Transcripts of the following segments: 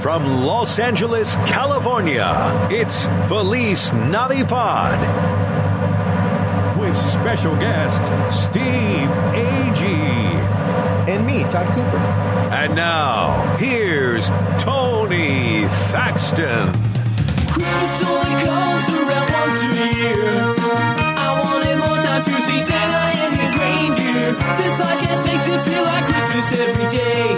From Los Angeles, California, it's Felice Navipod. With special guest, Steve Agee. and me, Todd Cooper. And now, here's Tony Thaxton. Christmas only comes around once a year. I wanted more time to see Santa and his reindeer. This podcast makes it feel like Christmas every day.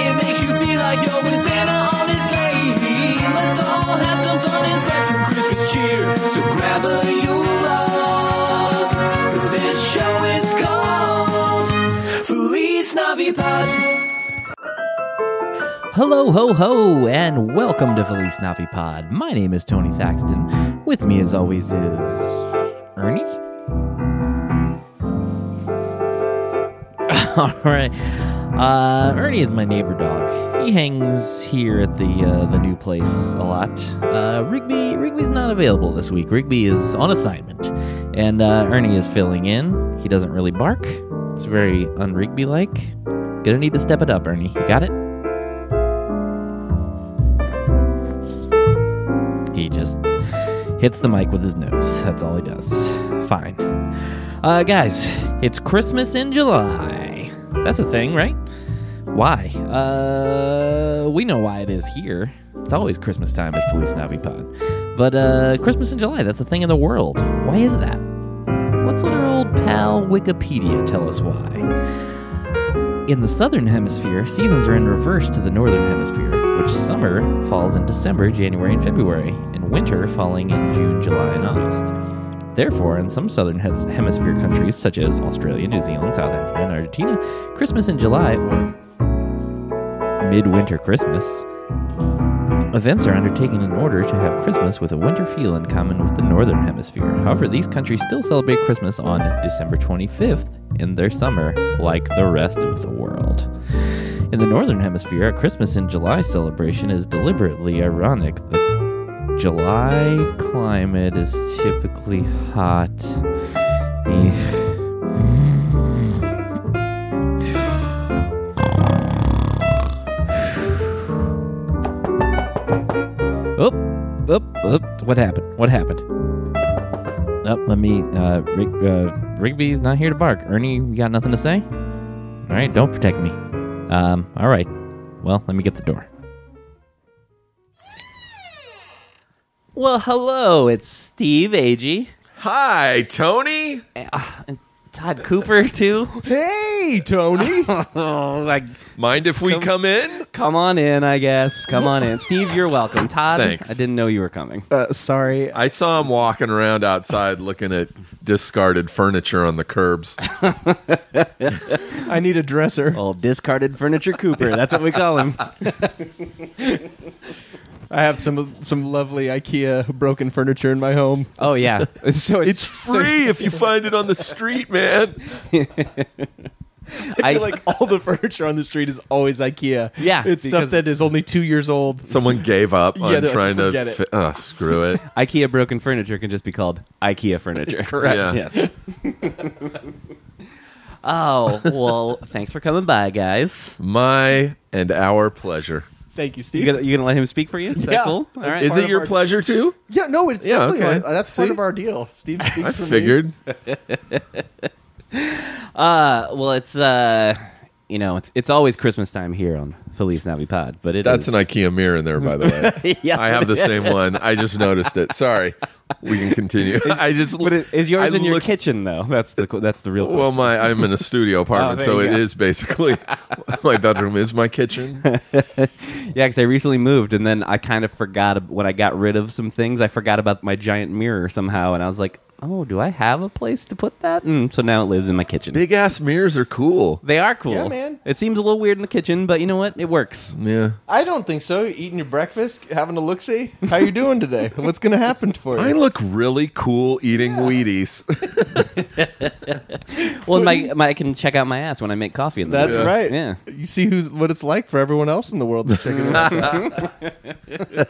It makes you feel like you're with Santa on his sleigh. Let's all have some fun and spread some Christmas cheer. So grab a Yule log, 'cause this show is called Feliz Navipod. Hello, ho, ho, and welcome to Felice Navi Pod. My name is Tony Thaxton. With me, as always, is Ernie. All right, uh, Ernie is my neighbor dog. He hangs here at the uh, the new place a lot. Uh, Rigby Rigby's not available this week. Rigby is on assignment, and uh, Ernie is filling in. He doesn't really bark. It's very un-Rigby like. Gonna need to step it up, Ernie. You got it. He just hits the mic with his nose. That's all he does. Fine. Uh, guys, it's Christmas in July. That's a thing, right? Why? Uh, we know why it is here. It's always Christmas time at Feliz Navipod. But uh, Christmas in July, that's a thing in the world. Why is that? Let's let our old pal Wikipedia tell us why. In the southern hemisphere, seasons are in reverse to the northern hemisphere, which summer falls in December, January, and February, and winter falling in June, July, and August. Therefore, in some southern hem- hemisphere countries, such as Australia, New Zealand, South Africa, and Argentina, Christmas in July, or midwinter Christmas, Events are undertaken in order to have Christmas with a winter feel in common with the Northern Hemisphere. However, these countries still celebrate Christmas on December 25th in their summer, like the rest of the world. In the Northern Hemisphere, a Christmas in July celebration is deliberately ironic. The July climate is typically hot. Eh. Oh, oh, oh, what happened? What happened? Oh, let me. Uh, Rig, uh, Rigby's not here to bark. Ernie, you got nothing to say? All right, don't protect me. Um, all right. Well, let me get the door. Well, hello. It's Steve Agee. Hi, Tony. Todd Cooper, too. Hey, Tony. Oh, like, Mind if we come in? come on in, I guess. Come on in. Steve, you're welcome. Todd, Thanks. I didn't know you were coming. uh, sorry. I saw him walking around outside looking at discarded furniture on the curbs. I need a dresser. Old discarded furniture Cooper. That's what we call him. I have some some lovely IKEA broken furniture in my home. Oh yeah. So it's, It's free if you find it on the street, man. so I I, feel like all the furniture on the street is always IKEA. Yeah, it's stuff because- that is only two years old. Someone gave up on Yeah, they're like, trying to. "Forget it." fi- oh, screw it. IKEA broken furniture can just be called IKEA furniture. Correct. Yeah. Yes. oh well, thanks for coming by, guys. My and our pleasure. Thank you, You Steve. gonna you gonna let him speak for you? Is Yeah. that cool? All right. Is Part it of your our- pleasure too? Yeah, no, it's Yeah, definitely okay. our- that's part See? of our deal. Steve speaks I for me. figured. Uh, well, it's uh, you know, it's it's always Christmas time here on Feliz Navipod, but it That's is- an IKEA mirror in there, by the way. Yes. I have the same one. I just noticed it. Sorry. We can continue. I just. But it, is yours I in your looked- kitchen though? That's the that's the real question. Well, my I'm in a studio apartment, Oh, there so you it go. is basically my bedroom is my kitchen. Yeah, because I recently moved, and then I kind of forgot ab- when I got rid of some things. I forgot about my giant mirror somehow, and I was like, "Oh, do I have a place to put that?" Mm, so now it lives in my kitchen. Big ass mirrors are cool. they are cool. Yeah, man. It seems a little weird in the kitchen, but you know what? It works. Yeah. I don't think so. Eating your breakfast, having a look see. How you doing today? What's going to happen for you? I look really cool eating Wheaties. Well, my, my I can check out my ass when I make coffee. In the That's morning. right. Yeah. You see who's what it's like for everyone else in the world to check it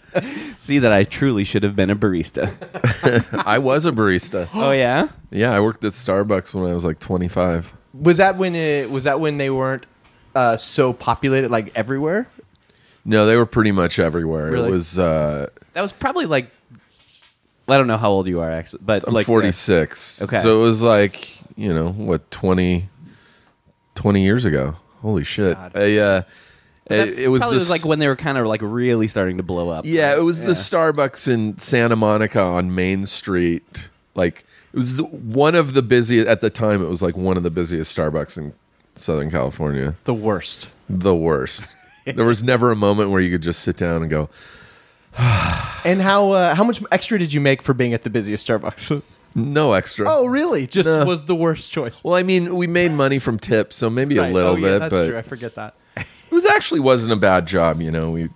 out. See that I truly should have been a barista. I was a barista. oh yeah. Yeah, I worked at Starbucks when I was like 25. Was that when it was that when they weren't uh, so populated like everywhere? No, they were pretty much everywhere. Really? It was uh, That was probably like I don't know how old you are actually, but I'm like uh, 46. Okay. So it was like, you know, what 20 20 years ago. Holy shit. I, uh, that it, it was probably this, was like when they were kind of like really starting to blow up. Yeah, it was the Starbucks in Santa Monica on Main Street. Like it was the- one of the busiest at the time. It was like one of the busiest Starbucks in Southern California. The worst. The worst. there was never a moment where you could just sit down and go. And how uh, how much extra did you make for being at the busiest Starbucks? No extra. oh, really? Just No. was the worst choice. Well, I mean, we made money from tips, so maybe Right. a little Oh, yeah, bit, That's but true. I forget that. it was actually wasn't a bad job. You know, we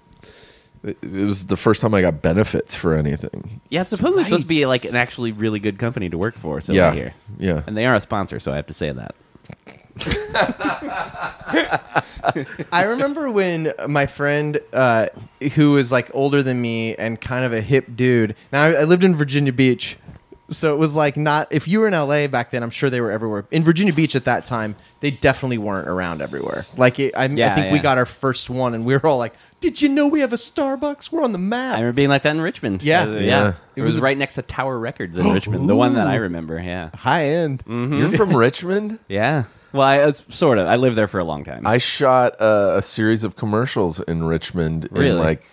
it it was the first time I got benefits for anything. yeah. It's supposedly supposed to be like an actually really good company to work for. So yeah, here, yeah. and they are a sponsor, so I have to say that. I remember when my friend, uh, who was like older than me and kind of a hip dude. Now I, I lived in Virginia Beach, so it was like not. If you were in LA back then, I'm sure they were everywhere. In Virginia Beach at that time, they definitely weren't around everywhere. Like it, I, I Yeah, think we yeah. got our first one, and we were all like, "Did you know we have a Starbucks? We're on the map." I remember being like that in Richmond. Yeah. Uh, yeah. Yeah. It was right next to Tower Records in Richmond, the one that I remember. Yeah, High end. You're from Richmond. yeah. Well, I uh, sort of. I lived there for a long time. I shot a, a series of commercials in Richmond in Really? like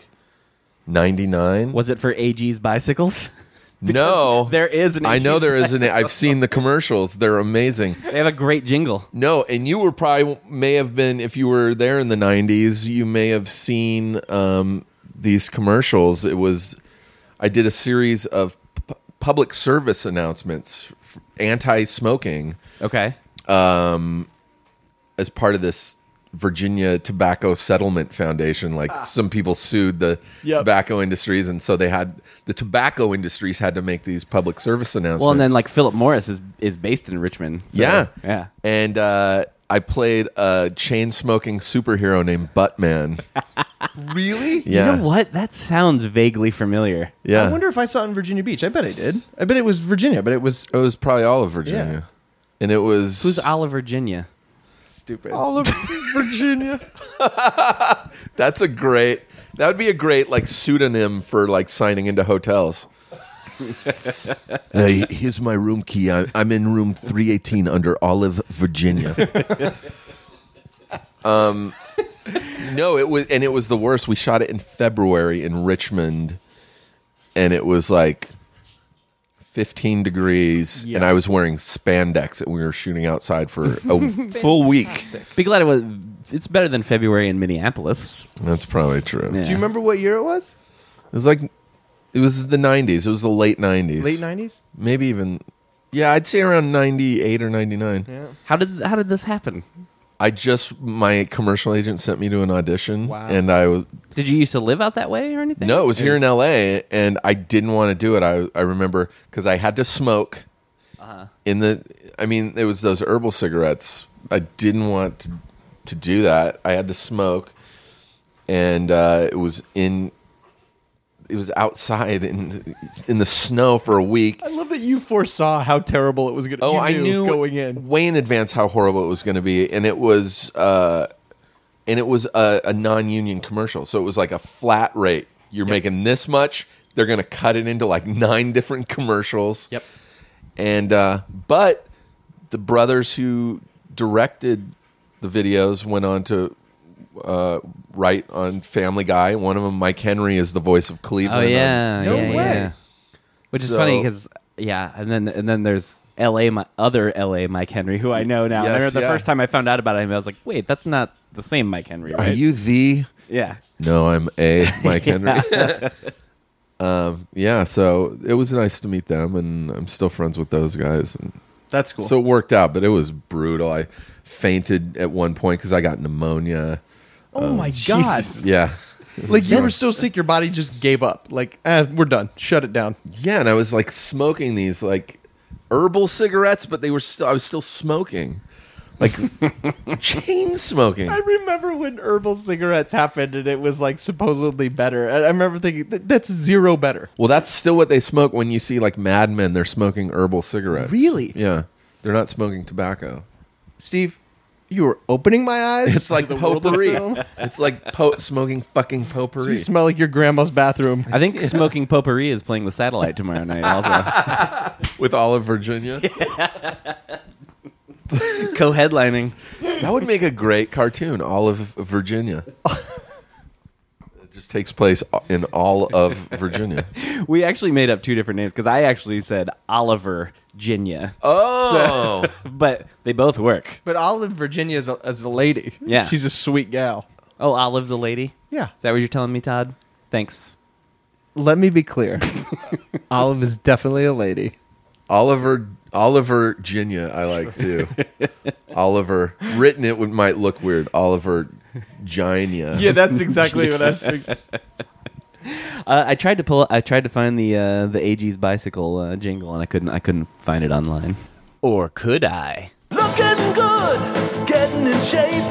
'99. was it for AG's bicycles? No, there is an Oh. I know AG's there is an. I've seen the commercials. They're amazing. they have a great jingle. No, and you were probably may have been if you were there in the '90s. You may have seen um, these commercials. It was I did a series of p- public service announcements, f- anti-smoking, Okay. as part of this Virginia Tobacco Settlement Foundation. Like Ah. some people sued the Yep. tobacco industries, and so they had the tobacco industries had to make these public service announcements. Well, and then like Philip Morris is is based in Richmond. so- yeah, Yeah. And uh, I played a chain smoking superhero named Buttman. Really? Yeah, You know what? That sounds vaguely familiar. yeah. I wonder if I saw it in Virginia Beach. I bet I did. I bet it was Virginia, but it was it was probably all of Virginia, and it was Who's Oliver Virginia? stupid. all of Virginia. That's a great. That would be a great like pseudonym for like signing into hotels. hey, here's my room key. I, I'm in room 318 under Olive, Virginia. um, no, it was and it was the worst. We shot it in February in Richmond, and it was like 15 degrees, and I was wearing spandex, and we were shooting outside for a full week. Be glad it was. It's better than February in Minneapolis. That's probably true. Yeah. Do you remember what year it was? It was like it was the '90s. It was the late '90s, Late '90s. maybe even. Yeah, I'd say around '98 or '99. How did how did this happen? I just my commercial agent sent me to an audition, Wow. and I was Did you used to live out that way or anything? no, it was here in L.A. and I didn't want to do it. I I remember because I had to smoke in the. I mean, it was those herbal cigarettes. I didn't want to, to do that. I had to smoke, and uh, it was in. It was outside in in the snow for a week, I love that you foresaw how terrible it was going to. Oh, you I knew going in. way in advance how horrible it was going to be, and it was, uh, and it was a, a non-union commercial, so it was like a flat rate. You're making this much. They're going to cut it into like nine different commercials. Yep. And uh, but the brothers who directed the videos went on to uh, write on Family Guy. One of them, Mike Henry, is the voice of Oh Cleveland. on- yeah. No yeah, way. yeah. Which is So- funny because yeah, and then and then there's L.A. My other L.A. Mike Henry who I know now. And I Yes, remember the yeah. first time I found out about him, I was like, wait, that's not the same Mike Henry, Are right? you the yeah. No, I'm a Mike Henry. um, yeah, so it was nice to meet them, and I'm still friends with those guys. And That's cool. So it worked out, but it was brutal. I fainted at one point because I got pneumonia. uh, oh my god! Yeah, Like you were so sick, your body just gave up. Like eh, we're done. Shut it down. yeah, and I was like smoking these like herbal cigarettes, but they were still I was still smoking, like chain smoking. I remember when herbal cigarettes happened, and it was like supposedly better. And I remember thinking "Th- that's zero better. Well, that's still what they smoke when you see like Mad Men. They're smoking herbal cigarettes. Really? Yeah, they're not smoking tobacco. Steve, You were opening my eyes. It's like to the world of potpourri. film. It's like po- smoking fucking So you potpourri. smell like your grandma's bathroom. I think smoking potpourri is playing the satellite tomorrow night. Also, with all of Virginia. co-headlining. That would make a great cartoon, all of Virginia. it just takes place in all of Virginia. We actually made up two different names because I actually said Oliver Ginya, Oh, but they both work. But Olive Virginia is a, is a lady. Yeah. she's a sweet gal. Oh, Olive's a lady. Yeah. Is that what you're telling me, Todd? Thanks. Let me be clear. Olive is definitely a lady. Oliver Oliver Virginia, I like too. Oliver written it would might look weird. Oliver Ginia. Yeah, that's exactly what I was thinking. Uh, I tried to pull. I tried to find the uh, the AG's bicycle uh, jingle, and I couldn't. I couldn't find it online. Or could I? Looking good, getting in shape.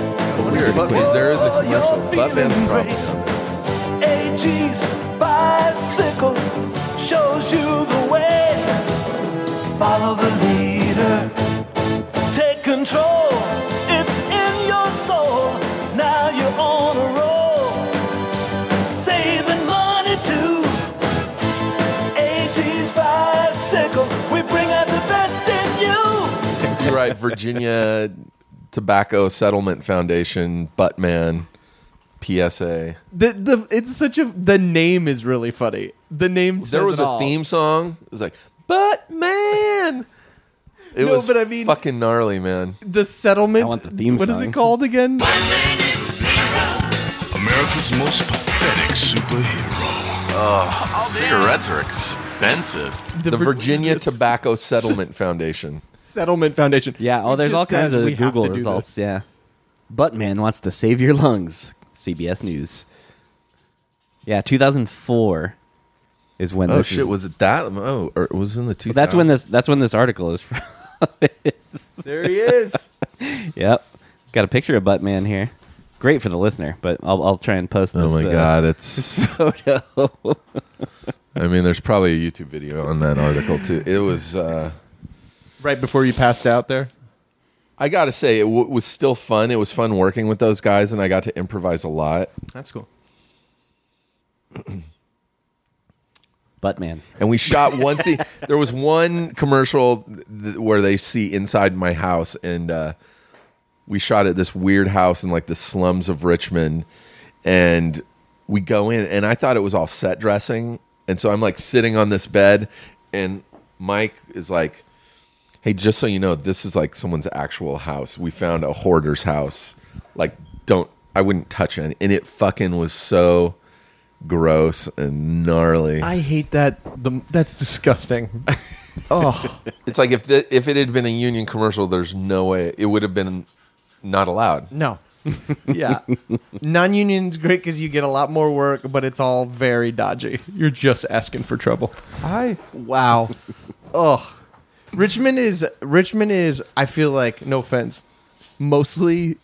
Weird, because there is a Oh, you're commercial. Butt feeling Man's problem. great. AG's bicycle shows you the way. Follow the leader. Take control. It's in your soul. Now you're on a roll. Saving money too. AG's bicycle. We bring out the best in you. You're right, Virginia Tobacco Settlement Foundation, Buttman, PSA. The, the it's such a the name is really funny. The name says There was it a all. theme song. It was like, but man. It No, was but I mean- fucking gnarly, man. The settlement. I want the theme What is song. it called again? America's most pathetic superhero. Cigarettes are expensive. The, Vir- Virginia Tobacco Settlement Foundation. Settlement Foundation. Yeah. Oh, It there's just all kinds says of we have Google to do this. results. Yeah. Buttman wants to save your lungs. CBS News. Yeah, 2004 is when. Oh this shit, is- was it that? Oh, or it was in the two. Well, that's when this. That's when this article is from. There he is. yep. Got a picture of Buttman here. Great for the listener, but I'll, I'll try and post Oh this. my uh, god, it's. photo. I mean, there's probably a YouTube video on that article too. It was. uh right before you passed out there. I gotta say, it w- was still fun. It was fun working with those guys, and I got to improvise a lot. That's cool. Buttman. And we shot one scene. There was one commercial th- where they see inside my house, and uh, we shot at this weird house in like the slums of Richmond. And we go in, and I thought it was all set dressing. And so I'm like sitting on this bed, and Mike is like, Hey, just so you know, this is like someone's actual house. We found a hoarder's house. Like, don't, I wouldn't touch any. And it fucking was so gross and gnarly. I hate that. The that's disgusting. oh, It's like if the, if it had been a union commercial, there's no way it would have been not allowed. No. yeah. Non union's great because you get a lot more work, but it's all very dodgy. You're just asking for trouble. I wow. oh. Richmond is Richmond is I feel like, no offense, mostly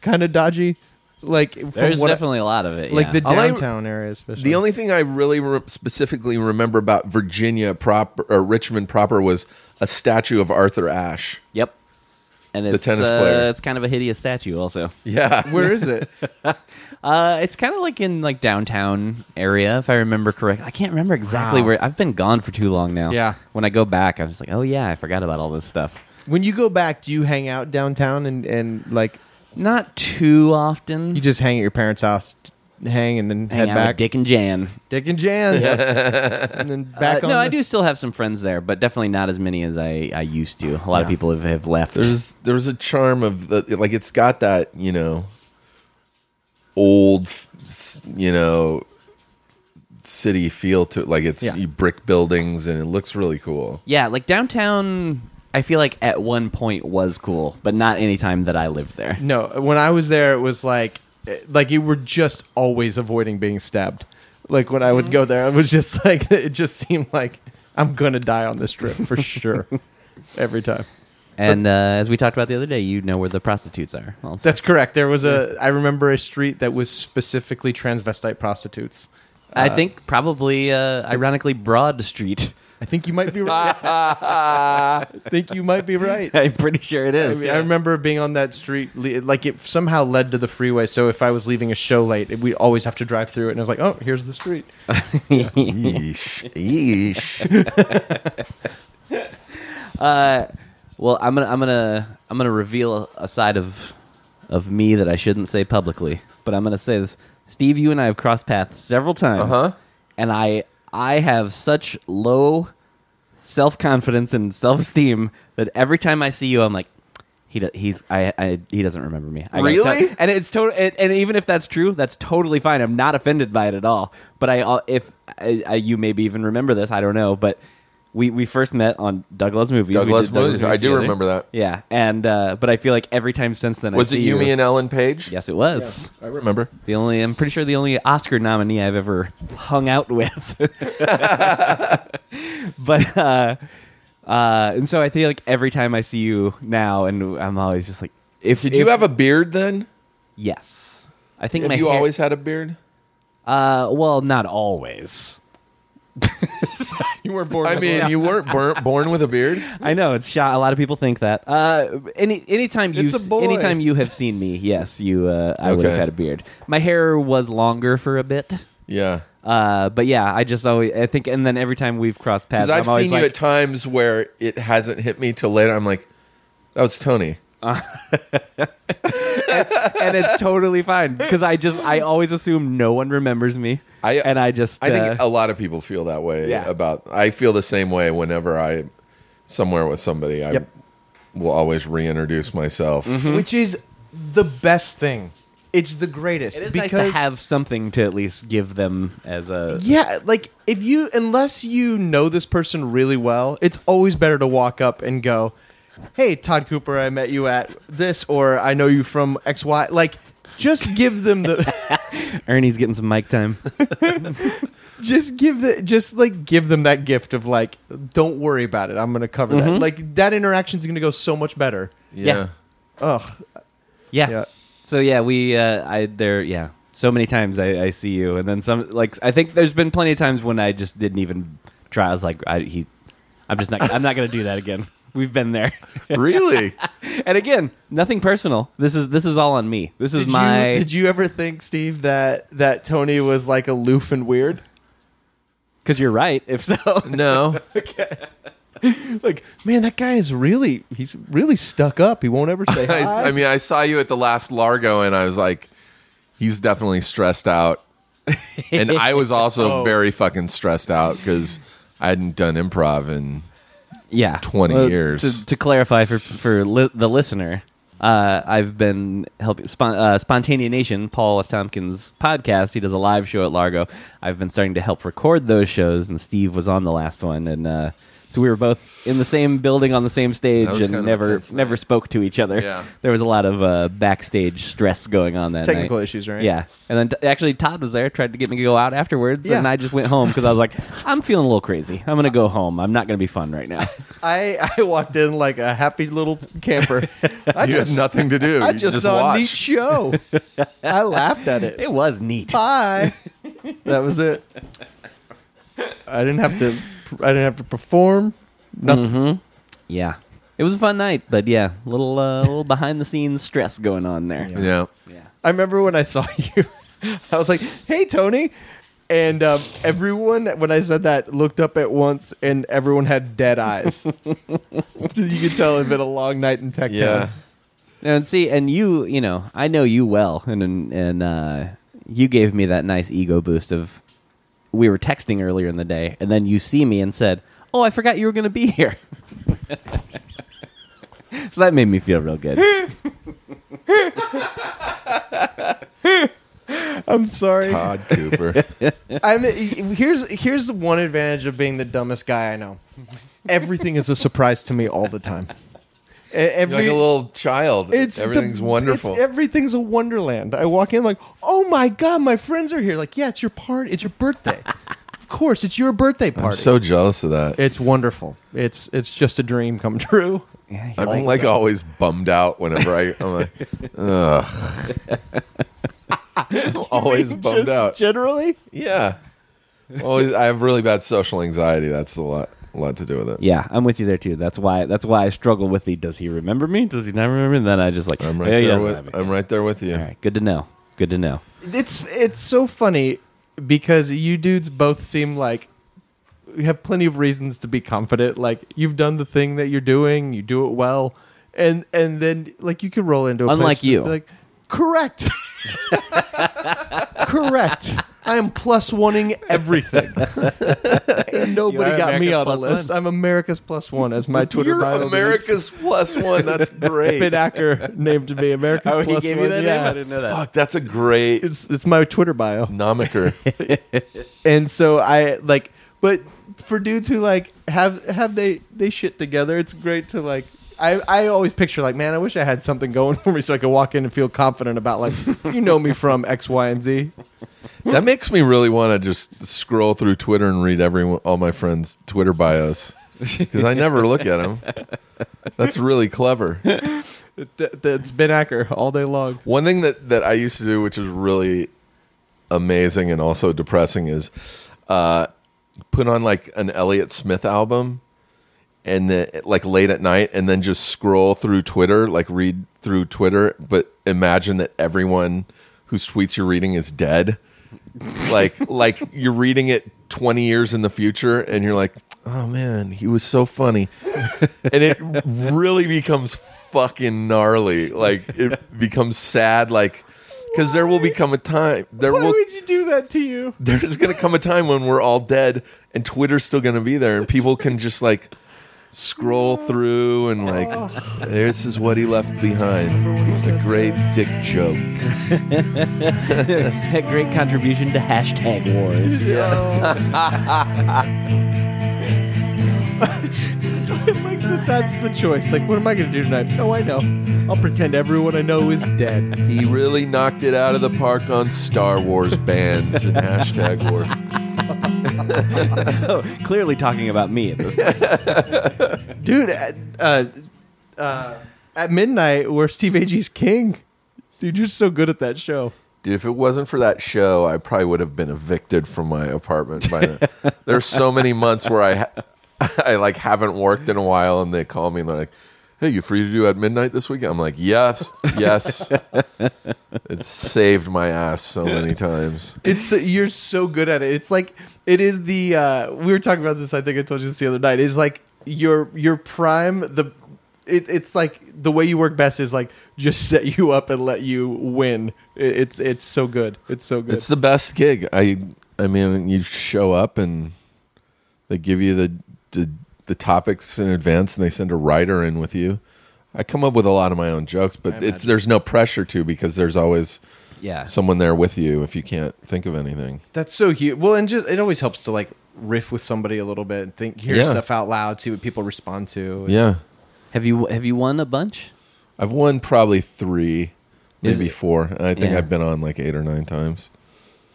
kind of dodgy. Like from There's what I- definitely a lot of it. like yeah. Oh. the All I- downtown area especially. The only thing I really re- specifically remember about Virginia proper or Richmond proper was a statue of Arthur Ashe. Yep. And it's, tennis uh, player. It's kind of a hideous statue, also. Yeah, Where is it? Uh, it's kind of like in like downtown area, if I remember correctly. I can't remember exactly Wow. where. I've been gone for too long now. Yeah. When I go back, I'm just like, oh yeah, I forgot about all this stuff. when you go back, do you hang out downtown and, and like Not too often. you just hang at your parents' house, hang and then hang head out back? with Dick and Jan. Dick and Jan. and then back Uh, on no, I the- do still have some friends there, but definitely not as many as I, I used to. A lot of people have, have left. there's there's a charm of the like it's got that you know old s- you know city feel to it. Like it's Yeah. brick buildings and it looks really cool. yeah, like downtown. I feel like at one point was cool, but not any time that I lived there. No, when I was there, it was like, like you were just always avoiding being stabbed. Like when I would go there, it was just like it just seemed like I'm gonna die on this trip for sure, every time. And uh, as we talked about the other day, you know where the prostitutes are. Also. That's correct. There was a I remember a street that was specifically transvestite prostitutes. I think probably, uh, ironically, Broad Street I think you might be right. I think you might be right. I'm pretty sure it I, is. mean, I remember being on that street, le- like it somehow led to the freeway. So if I was leaving a show late, we always have to drive through it. And I was like, oh, here's the street. Yeesh. Yeesh. Uh, Well, I'm gonna I'm gonna I'm gonna reveal a side of of me that I shouldn't say publicly, but I'm gonna say this. Steve, you and I have crossed paths several times, Uh-huh. and I I have such low self confidence and self esteem that every time I see you, I'm like. He do, he's I, I he doesn't remember me. I gotta Really? tell- and it's total. And, and even if that's true, that's totally fine. I'm not offended by it at all. But I uh, if I, I, you maybe even remember this, I don't know. But we we first met on Douglas movies. We Douglas did Movies. I do together. remember that. Yeah, and uh, but I feel like every time since then, Was I it see Yumi and Ellen Page? yes, it was I remember. the only. I'm pretty sure the only Oscar nominee I've ever hung out with. but uh, uh, and so I feel like every time I see you now, and I'm always just like, if Did you have a beard then? yes? I think Have my you hair- always had a beard? Uh, well, not always. You weren't born. I with mean, one. you weren't bur- born with a beard. I know it's shot. A lot of people think that. Uh, any anytime you It's a boy. anytime you have seen me, yes, you. Uh, I would have Okay. had a beard. My hair was longer for a bit. Yeah. Uh, but yeah, I just always I think, and then every time we've crossed paths, Because i I've am always seen like, you at times where it hasn't hit me till later. I'm like, that was Tony. and it's totally fine because I just I always assume no one remembers me, I- and I just I think uh, a lot of people feel that way yeah. about. I feel the same way whenever I somewhere with somebody. I Yep. will always reintroduce myself. Mm-hmm. which is the best thing. It's the greatest it is because nice to have something to at least give them as uh, a yeah, like if you unless you know this person really well, it's always better to walk up and go, "Hey, Todd Cooper, I met you at this or I know you from XY." Like just give them the Ernie's getting some mic time. just give the just like give them that gift of like don't worry about it. I'm going to cover that. Mm-hmm. Like that interaction's going to go so much better. Yeah. Ugh. yeah. Yeah. So yeah, we uh, I there yeah. So many times I, I see you, and then some. Like I think there's been plenty of times when I just didn't even try. I was like, I, he, I'm just not. I'm not gonna do that again. We've been there. really? And again, nothing personal. This is this is all on me. This is Did my. you did you ever think, Steve, that that Tony was like aloof and weird? Because you're right. If so, No. like, man, that guy is really he's really stuck up. He won't ever say hi. I, I mean, I saw you at the last Largo, and I was like, he's definitely stressed out. and I was Oh. also very fucking stressed out because I hadn't done improv and yeah, 20 years. To, to clarify for for li- the listener, uh, I've been helping spon- uh, Spontanea Nation, Paul F. Tompkins' podcast. He does a live show at Largo. I've been starting to help record those shows, and Steve was on the last one, and uh, so we were both in the same building on the same stage, was kind and of never intense night. never spoke to each other. Yeah. there was a lot of uh, backstage stress going on that Technical night. issues, right? Yeah, and then t- actually Todd was there, tried to get me to go out afterwards, Yeah. and I just went home because I was like, I'm feeling a little crazy. I'm gonna go home. I'm not gonna be fun right now. I I walked in like a happy little camper. I you just had nothing to do. I You just, saw watched. a neat show. I laughed at it. It was neat. Uh, Bye. that was it. I didn't have to. I didn't have to perform. Nothing. Yeah. It was a fun night, but yeah, little uh, little behind the scenes stress going on there. Yeah. I remember when I saw you, I was like, "Hey, Tony," and um, everyone when I said that looked up at once, and everyone had dead eyes. So you could tell it had been a long night in tech Yeah. town. And see, and you, you know, I know you well, and and, and uh, you gave me that nice ego boost of we were texting earlier in the day, and then you see me and said, "Oh, I forgot you were going to be here." so that made me feel real good. I'm sorry. Todd Cooper. I'm, here's here's the one advantage of being the dumbest guy I know. Everything is a surprise to me all the time. E- Every, You're like a little child. it's the- Everything's wonderful. it's- everything's a wonderland. I walk in like, oh my god, my friends are here. Like, yeah, it's your party. It's your birthday. of course, it's your birthday party. I'm so jealous of that. It's wonderful. It's it's just a dream come true. Yeah, I'm like, always bummed out whenever I, I'm like, ugh. I'm always bummed Just out. generally. yeah. Always, I have really bad social anxiety. That's a lot. a lot to do with it. Yeah, I'm with you there too. That's why that's why I struggle with the does he remember me? Does he not remember me? And then I just like I'm right "Yeah, he there doesn't with remember me." I'm right there with you. All right, good to know. Good to know. It's it's so funny because you dudes both seem like you have plenty of reasons to be confident. Like you've done the thing that you're doing, you do it well, and and then like you can roll into a place Unlike and just you. be like correct, correct. I am plus oneing everything, and nobody are got me America's on the plus list. one. I'm America's plus one as my Twitter You're bio. links. America's plus one. That's Ben great. Acker named me America's Oh, he plus gave you one. that yeah. name? I didn't know that. Fuck, that's a great It's it's my Twitter bio. nomiker. and so I like, but for dudes who like have have they they shit together, it's great to like. I, I always picture like, man, I wish I had something going for me so I could walk in and feel confident about like, you know me from X, Y, and Z. that makes me really want to just scroll through Twitter and read every all my friends' Twitter bios because I never look at them. That's really clever. Th- that's Ben Acker all day long. One thing that that I used to do, which is really amazing and also depressing, is uh, put on like an Elliott Smith album, and then like late at night, and then just scroll through Twitter, like read through Twitter, but imagine that everyone whose tweets you're reading is dead. like like you're reading it 20 years in the future and you're like oh man he was so funny and it really becomes fucking gnarly like it becomes sad like because there will become a time there Why will would you do that to you? there's gonna come a time when we're all dead and twitter's still gonna be there and people can just like scroll through and like this is what he left behind it's a great dick joke That great contribution to hashtag wars. Like that- that's the choice. Like, what am I gonna do tonight? Oh, I know. I'll pretend everyone I know is dead. He really knocked it out of the park on Star Wars bands and hashtag war. Clearly talking about me at this point. Dude, at, uh, uh, at midnight, we're Steve Agee's king. Dude, you're so good at that show. Dude, if it wasn't for that show, I probably would have been evicted from my apartment by then. There's so many months where I, ha- I like haven't worked in a while, and they call me and they're like, "Hey, you free to do at midnight this week?" I'm like, "Yes, yes." It's saved my ass so many times. It's so, you're so good at it. It's like it is the uh, we were talking about this. I think I told you this the other night. It's like your your prime the. It, it's like the way you work best is like just set you up and let you win. It, it's it's so good. It's so good. It's the best gig. I I mean, you show up and they give you the the, the topics in advance, and they send a writer in with you. I come up with a lot of my own jokes, but it's there's no pressure to because there's always Yeah. someone there with you if you can't think of anything. That's so huge. Well, and just it always helps to like riff with somebody a little bit and think, hear Yeah. stuff out loud, see what people respond to. Yeah, Have you have you won a bunch? I've won probably three, Is maybe it- four. And I think Yeah. I've been on like eight or nine times.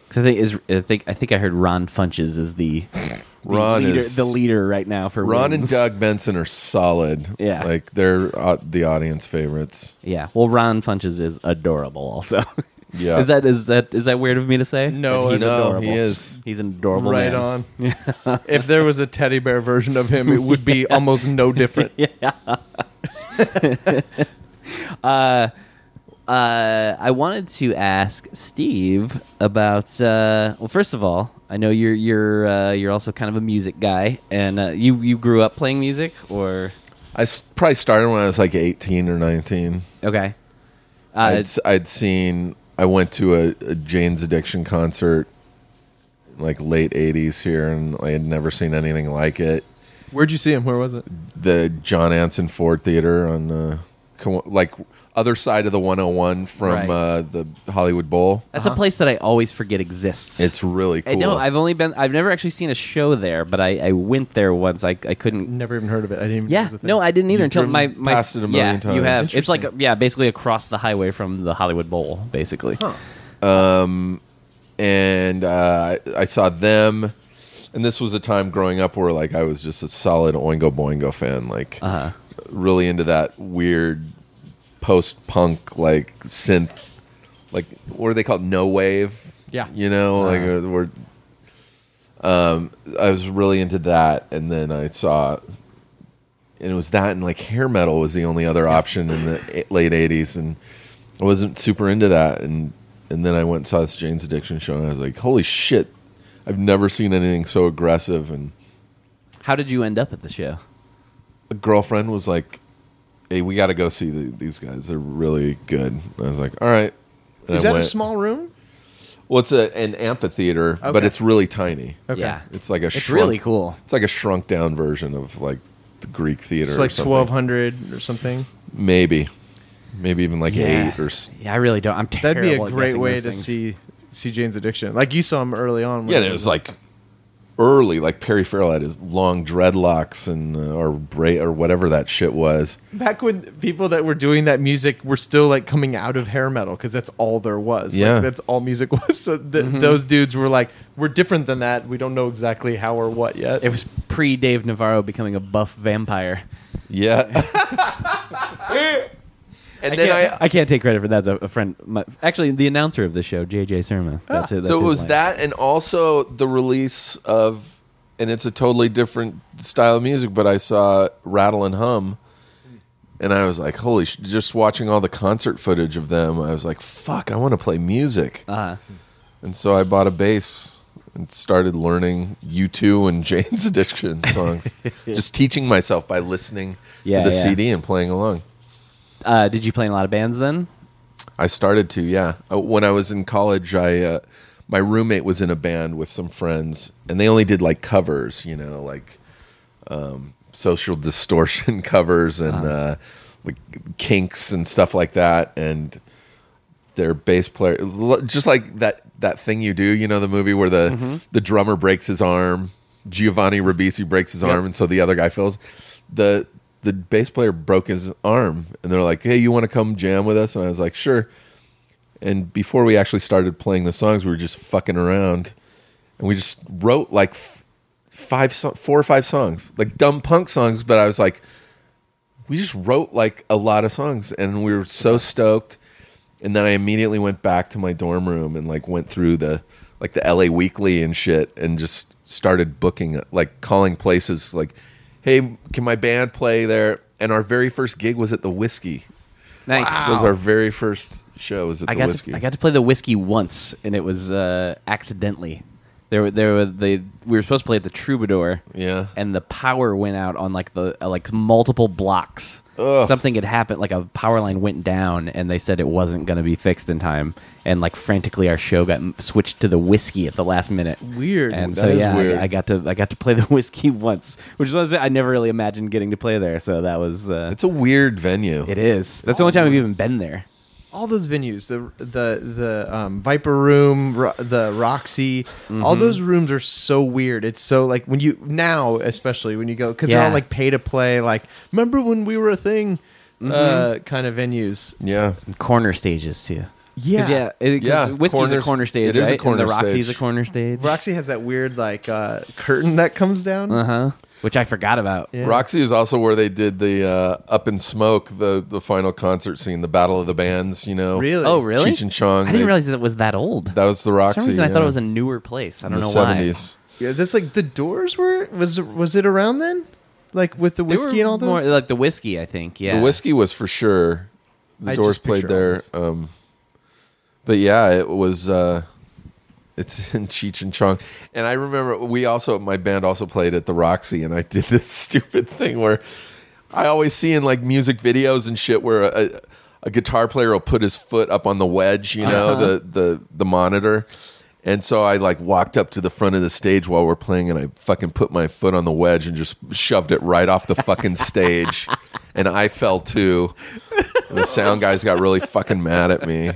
'Cause I think is I think I think I heard Ron Funches is the, the Ron leader, is- the leader right now for Ron and wins. Doug Benson are solid. Yeah. like they're uh, the audience favorites. Yeah, well, Ron Funches is adorable. Also, Yeah. is that is that is that weird of me to say? No, But he's no, adorable. he is. He's an adorable. Right man. on. if there was a teddy bear version of him, it would be almost no different. Uh, I wanted to ask Steve about. Uh, well, first of all, I know you're you're uh, you're also kind of a music guy, and uh, you you grew up playing music, or I s- probably started when I was like 18 or 19. okay. I'd, Uh, s- I'd seen, I went to a, a Jane's Addiction concert like late 80s here, and I had never seen anything like it. Where'd you see him? Where was it? The John Anson Ford Theater on the, Kewa- like, other side of the 101 from Right. uh, the Hollywood Bowl. that's a place that I always forget exists. uh-huh. It's really cool. I know I've only been I've never actually seen a show there, but I, I went there once. I I couldn't Never even heard of it. I didn't. Even Yeah, no, I didn't either until driven my my past it a million yeah, you times. have. It's like yeah, basically across the highway from the Hollywood Bowl, basically. and uh, I I saw them. And this was a time growing up where like I was just a solid Oingo Boingo fan, like really into that weird post punk like synth, like what are they called? No wave. Yeah. you know, like uh, where Um, I was really into that, and then I saw, and it was that, and like hair metal was the only other option in the i- late '80s, and I wasn't super into that, and and then I went and saw this Jane's Addiction show, and I was like, holy shit, I've never seen anything so aggressive, and How did you end up at the show? a girlfriend was like, "Hey, we got to go see the, these guys. They're really good." And I was like, "All right." And Is I that a went. small room? Well, it's a, an amphitheater, but Okay. it's really tiny. Okay. Yeah. It's like a. It's really cool. It's like a shrunk down version of like the Greek theater. It's or like something. 1,200 or something. maybe, maybe even like Yeah. eight or. s- Yeah, I really don't. I'm That'd terrible. be a at great guessing way those to things. see see Jane's addiction. Like you saw him early on. Yeah, and it was like early, like Perry Farrell had his long dreadlocks and uh, or braid or whatever that shit was. back when people that were doing that music were still like coming out of hair metal because that's all there was. Like, Yeah. Mm-hmm. that's all music was. So th- those dudes were like, we're different than that. We don't know exactly how or what yet. It was pre Dave Navarro becoming a buff vampire. Yeah. and I then can't, I I can't take credit for that. That's a, a friend, my, actually, the announcer of the show, JJ Serma. That's Ah. it. That's so it his was line. that, and also the release of, and it's a totally different style of music. But I saw Rattle and Hum, and I was like, "Holy!" Sh-. Just watching all the concert footage of them, I was like, "Fuck! I want to play music." Uh-huh. And so I bought a bass and started learning U two and Jane's Addiction songs, just teaching myself by listening Yeah, to the yeah. CD and playing along. Uh, did you play in a lot of bands then? I started to, yeah. Uh, When I was in college, I uh, my roommate was in a band with some friends, and they only did like covers, you know, like um, social distortion covers and uh, like kinks and stuff like that. And their bass player, l- just like that that thing you do, you know, the movie where the the drummer breaks his arm, Giovanni Ribisi breaks his arm, and so the other guy fills the the bass player broke his arm, and they're like, "Hey, you want to come jam with us?" And I was like, "Sure." And before we actually started playing the songs, we were just fucking around, and we just wrote like f- five, so- four or five songs, like dumb punk songs. But I was like, we just wrote like a lot of songs, and we were so stoked and then I immediately went back to my dorm room and like went through the like the LA Weekly and shit and just started booking like calling places like, hey, can my band play there? And our very first gig was at the Whiskey. Nice. It was our very first show was at I the got Whiskey. to, I got to play the whiskey once, and it was uh, accidentally. There were there were the we were supposed to play at the Troubadour. Yeah. And the power went out on like the uh, like multiple blocks. Something had happened, like a power line went down, and they said it wasn't going to be fixed in time. And like frantically, our show got m- switched to the whiskey at the last minute. Weird. And That so is yeah, I- weird. I, got to I got to play the whiskey once, which was I never really imagined getting to play there. So that was uh, it's a weird venue. it is. That's the only time I've even been there. all those venues the the the um, Viper Room, ro- the Roxy, Mm-hmm. all those rooms are so weird. It's so like when you now, especially when you go because they're Yeah. all like pay to play. Like remember when we were a thing, uh, Mm-hmm. kind of venues. Yeah. Corner stages too. Yeah. 'Cause, Yeah, it, 'cause Yeah, Whiskey's corners- a corner stage. it is a right? corner and the Roxy's stage. a corner stage. Roxy has that weird like uh, curtain that comes down. uh huh. Which I forgot about. Yeah. Roxy is also where they did the uh, Up in Smoke, the the final concert scene, the Battle of the Bands, you know. Really? Oh, really? Cheech and Chong. I didn't they- realize that it was that old. that was the For Roxy. some reason, I yeah, thought it was a newer place. I in don't know the why. 70s. Yeah, that's like the Doors were was was it around then? Like with the They whiskey were and all those. more- like the whiskey, I think. Yeah. The whiskey was for sure. The I Doors just played picture all there. this. Um, but yeah, it was. Uh, it's in Cheech and Chong, and I remember we also my band also played at the Roxy, and I did this stupid thing where I always see in like music videos and shit where a, a guitar player will put his foot up on the wedge, you know, Uh-huh. the the the monitor. And so I like walked up to the front of the stage while we're playing, and I fucking put my foot on the wedge and just shoved it right off the fucking stage, and I fell too. And the sound guys got really fucking mad at me.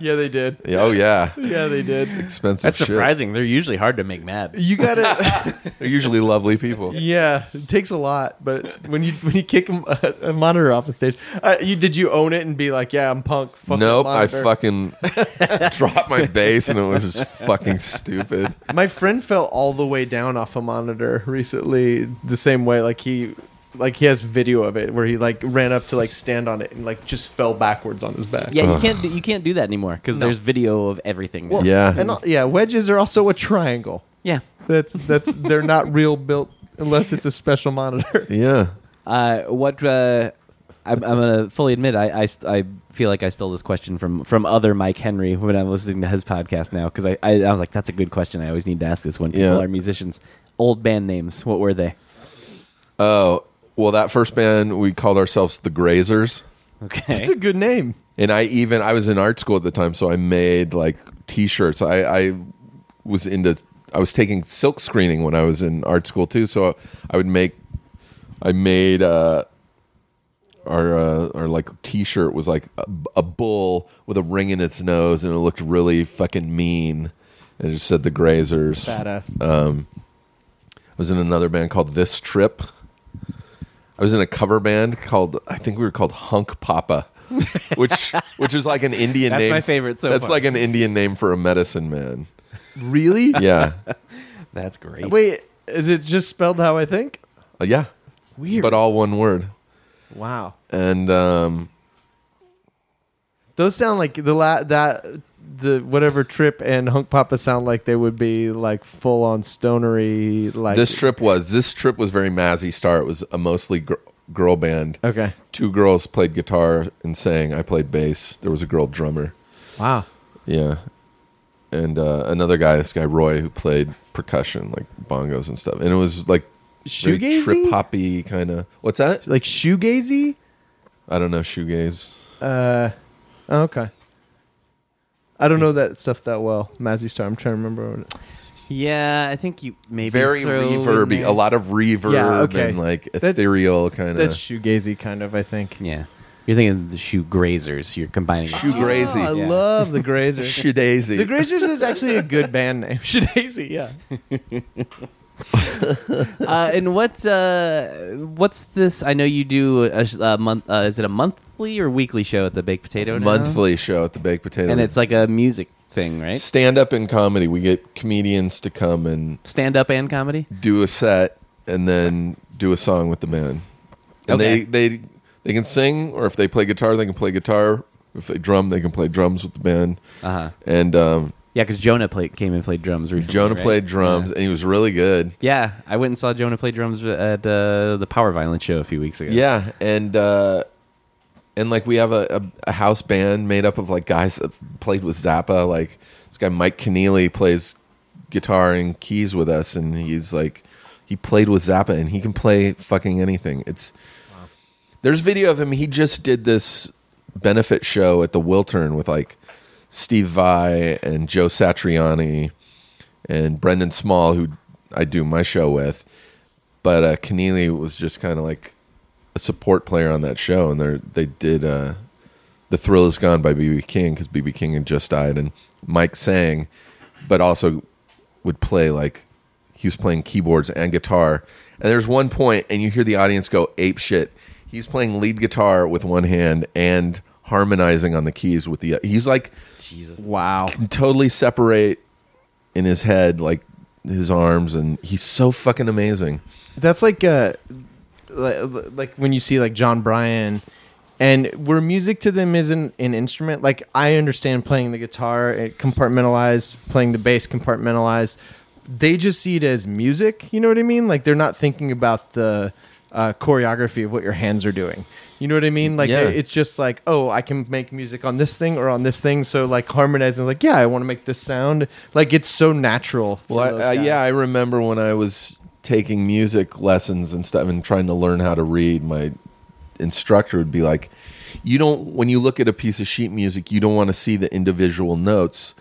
yeah, they did. Yeah, Oh yeah, Yeah, they did. expensive. That's shit. surprising. They're usually hard to make mad. You gotta. They're usually lovely people. Yeah, it takes a lot, but when you when you kick a, a monitor off the stage, uh, you did you own it and be like, yeah, I'm punk. Fuck that Nope, I monitor." fucking dropped my bass and it was just fucking stupid. My friend fell all the way down off a monitor recently, the same way. Like he, like he has video of it where he like ran up to like stand on it and like just fell backwards on his back. Yeah, you can't do, you can't do that anymore because there's video of everything. now. Yeah. and all- yeah, wedges are also a triangle. yeah, That's that's they're not real built unless it's a special monitor. Yeah. Uh, what uh, I'm, I'm gonna fully admit, I, I, st- I feel like I stole this question from from other Mike Henry when I'm listening to his podcast now because I, I I was like, that's a good question. I always need to ask this when people Yeah. are musicians. Old band names, what were they? Oh, well, that first band we called ourselves the Grazers, Okay, It's a good name. and I even I was in art school at the time, so I made like T-shirts. I, I was into I was taking silk screening when I was in art school too, so I would make I made uh, our uh, our like T-shirt was like a, a bull with a ring in its nose, and it looked really fucking mean. And it just said the Grazers. Badass. Uh. I was in another band called This Trip. I was in a cover band called I think we were called Hunk Papa, which which is like an Indian That's name. my favorite so that's far. like an Indian name for a medicine man. really? Yeah, that's great. Wait, is it just spelled how I think? Uh, yeah, Weird. but all one word. wow. And um, Those sound like the la- that the whatever trip and hunk papa sound like they would be like full on stonery like this trip was this trip was very Mazzy Star. It was a mostly gr- girl band. Okay. Two girls played guitar and sang. I played bass. There was a girl drummer. Wow. Yeah. And uh, another guy, this guy Roy, who played percussion, like bongos and stuff. And it was like very Shoegazy? trip hoppy kind of. What's that? Like shoegazy? I don't know, shoegaze. Oh, okay. I don't know that stuff that well. Mazzy Star. I'm trying to remember. What it, Yeah, I think you maybe Very throw in reverby, there- a lot of reverb Yeah, okay. and like That- ethereal kind that's of. shoegazy kind of. I think. Yeah, you're thinking of the shoe grazers. You're combining the two. Shoegrazy. Oh, I love the Grazers. Shoedaisy. the Grazers is actually a good band name. Shoegazy. Yeah. uh, and what uh, what's this? I know you do a, sh- a month. Uh, is it a monthly or weekly show at the Baked Potato? now? monthly show at the Baked Potato. and it's like a music thing, right? stand up and comedy. We get comedians to come and Stand up and comedy. do a set and then do a song with the band. And Okay. they they they can sing, or if they play guitar, they can play guitar. If they drum, they can play drums with the band. Uh-huh. And um, Yeah, because Jonah played came and played drums recently. Jonah right? played drums, Yeah. and he was really good. Yeah, I went and saw Jonah play drums at uh, the Power Violence show a few weeks ago. Yeah, and uh, and like we have a, a, a house band made up of like guys that played with Zappa. Like this guy Mike Keneally plays guitar and keys with us, and he's like he played with Zappa, and he can play fucking anything. It's there's video of him. He just did this benefit show at the Wiltern with like Steve Vai and Joe Satriani and Brendan Small, who I do my show with. But uh, Keneally was just kind of like a support player on that show, and they they did uh, the Thrill Is Gone by BB King because BB King had just died, and Mike sang, but also would play like he was playing keyboards and guitar. And there's one point, and you hear the audience go ape shit. He's playing lead guitar with one hand and harmonizing on the keys with the. He's like Wow. totally separate in his head, like his arms, and he's so fucking amazing. That's like uh, like, like when you see like John Bryan, and where music to them isn't an instrument. Like I understand playing the guitar it compartmentalized, playing the bass compartmentalized. They just see it as music. You know what I mean? Like they're not thinking about the uh, choreography of what your hands are doing. You know what I mean? Like Yeah. they- it's just like, oh, I can make music on this thing or on this thing. So like harmonizing, like yeah, I want to make this sound. Like it's so natural. For Well, those I, uh, guys. yeah, I remember when I was taking music lessons and stuff and trying to learn how to read, my instructor would be like, You don't, when you look at a piece of sheet music, you don't want to see the individual notes.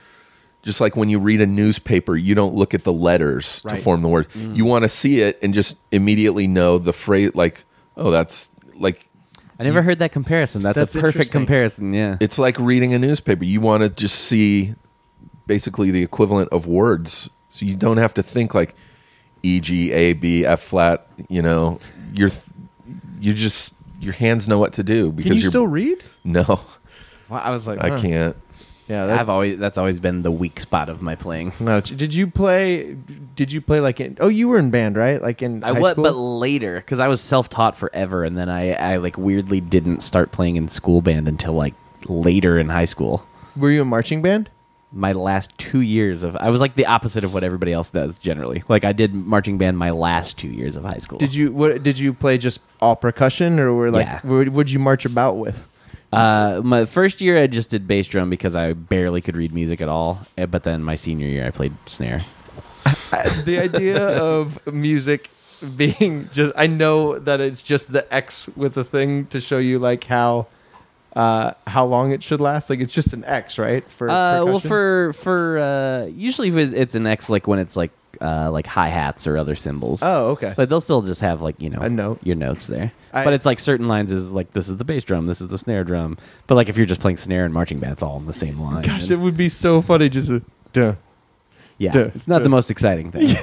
Just like when you read a newspaper, you don't look at the letters to Right. Mm. form the words. You want to see it and just immediately know the phrase, like, oh, that's like, I never heard that comparison. That's, That's a perfect interesting. comparison. Yeah, it's like reading a newspaper. You want to just see basically the equivalent of words. So you don't have to think like E G A B F flat, you know. You're th- you just your hands know what to do because Can you you're- still read? No, Wow, I was like, I huh. can't. Yeah, that, I've always that's always been the weak spot of my playing. No, t- did you play? Did you play like in? Oh, you were in band, right? Like in I high was, school. but later because I was self-taught forever, and then I, I like weirdly didn't start playing in school band until like later in high school. were you a marching band? my last two years of I was like the opposite of what everybody else does generally. Like I did marching band my last two years of high school. Did you what did you play just all percussion or were like Yeah. what would you march about with? Uh, my first year I just did bass drum because I barely could read music at all. Eh, But then my senior year I played snare. the idea of music being just I know that it's just the X with a thing to show you like how uh how long it should last. Like it's just an X, right? For Uh, well, percussion? for for uh, usually if it- it's an X like when it's like uh, like hi hats or other cymbals. Oh, okay. But they'll still just have like you know A note. your notes there. I- but it's like certain lines is like this is the bass drum, this is the snare drum. But like if you're just playing snare and marching band, it's all in the same line. gosh, And- it would be so funny just a, duh. yeah, duh, it's not duh. the most exciting thing.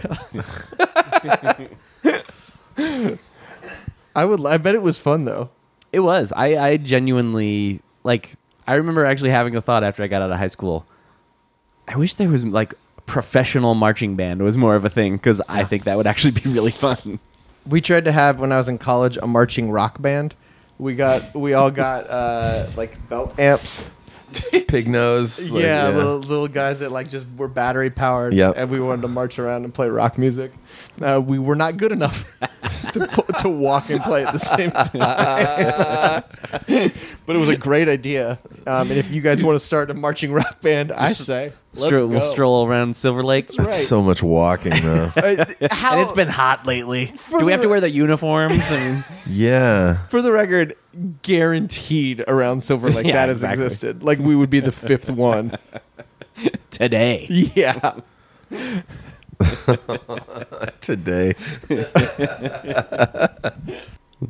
I would I bet it was fun though. It was. I, I genuinely like. I remember actually having a thought after I got out of high school. I wish there was like professional marching band was more of a thing because I think that would actually be really fun. we tried to have when I was in college a marching rock band. We got we all got uh, like belt amps. Pig nose. like, yeah, little little guys that like just were battery powered. Yep. and we wanted to march around and play rock music. Uh, we were not good enough to, pu- to walk and play at the same time. but it was a great idea. Um, and if you guys want to start a marching rock band, I say let's Stro- We'll go. stroll around Silver Lake. That's right. So much walking though. Uh, th- how, And it's been hot lately. For Do the we have to re- wear the uniforms? And yeah. for the record, guaranteed around Silver Lake Yeah, that has exactly. existed. Like we would be the fifth one. today, Yeah. Today.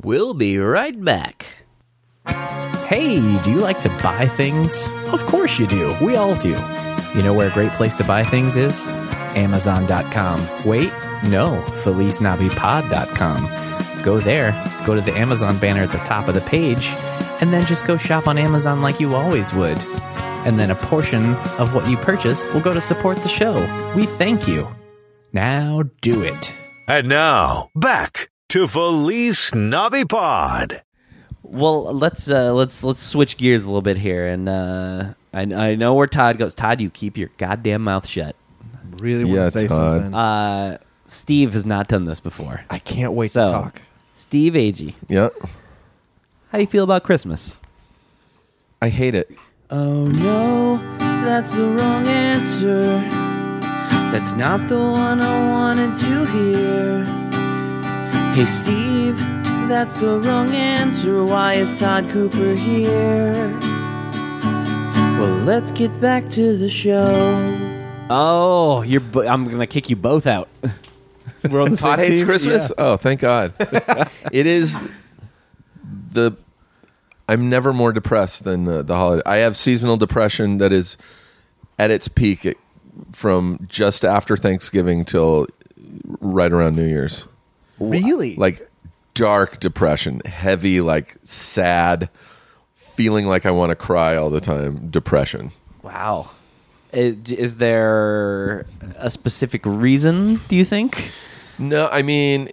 We'll be right back. Hey, do you like to buy things? Of course you do. We all do. You know where a great place to buy things is? Amazon.com. Wait, no, FelizNaviPod.com. Go there, go to the Amazon banner at the top of the page, and then just go shop on Amazon like you always would. And then a portion of what you purchase will go to support the show. We thank you. Now do it. And now, back to Felice Navipod. well, let's uh, let's let's switch gears a little bit here. And uh, I, I know where Todd goes. Todd, you keep your goddamn mouth shut. Really wanna Yeah, say Todd. something. Uh, Steve has not done this before. I can't wait So, to talk. Steve Agee, Yep. how do you feel about Christmas? I hate it. Oh no, that's the wrong answer. That's not the one I wanted to hear. Hey Steve, that's the wrong answer. Why is Todd Cooper here? Well, let's get back to the show. Oh, you're bo- I'm going to kick you both out. We're on the same Todd hates team? Christmas. Oh, thank God. it is the. I'm never more depressed than uh, the holiday. I have seasonal depression that is at its peak at, from just after Thanksgiving till right around New Year's. Yeah. Really? Like dark depression, heavy, like sad, feeling like I want to cry all the time. Depression. Wow. Is there a specific reason, do you think? No, I mean,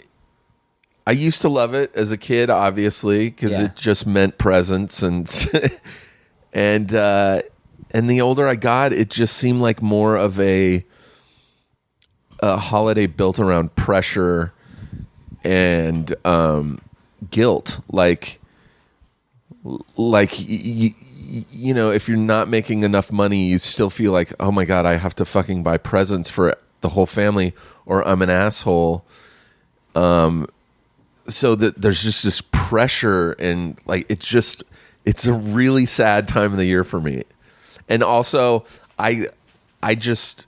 I used to love it as a kid, obviously, because Yeah. it just meant presents and and uh, and the older I got, it just seemed like more of a a holiday built around pressure and um, guilt, like like y- y- you know, if you're not making enough money, you still feel like, oh my god, I have to fucking buy presents for the whole family, or I'm an asshole. Um, so that there's just this pressure, and like it's just it's a really sad time of the year for me, and also I I just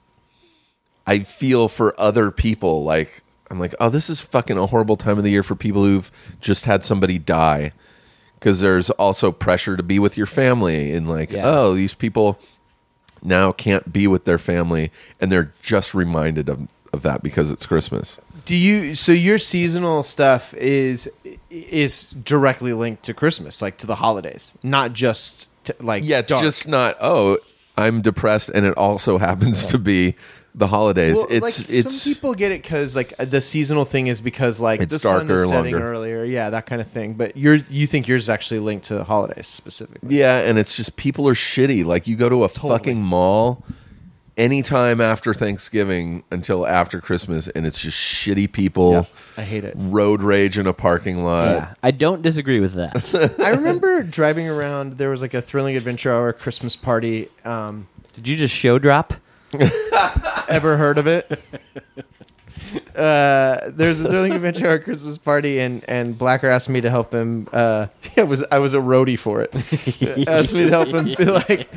I feel for other people. Like I'm like, oh, this is fucking a horrible time of the year for people who've just had somebody die. Because there's also pressure to be with your family, and like, Yeah. oh, these people now can't be with their family, and they're just reminded of, of that because it's Christmas. Do you so your seasonal stuff is is directly linked to Christmas, like to the holidays, not just to, like Yeah, it's dark. just not. Oh, I'm depressed, and it also happens to be the holidays. Well, it's like, it's some people get it because like uh, the seasonal thing is because like It's the sun is darker, setting longer. earlier, yeah, that kind of thing. But you're you think yours is actually linked to holidays specifically? Yeah, and it's just people are shitty. Like you go to a fucking mall anytime after Thanksgiving until after Christmas, and it's just shitty people. I hate it. Road rage in a parking lot. Yeah, I don't disagree with that. I remember driving around. There was like a thrilling adventure hour Christmas party. Um, Did you just show drop? ever heard of it? Uh, there's a thrilling adventure hour Christmas party, and and Blacker asked me to help him. Uh, I was I was a roadie for it. asked me to help him be like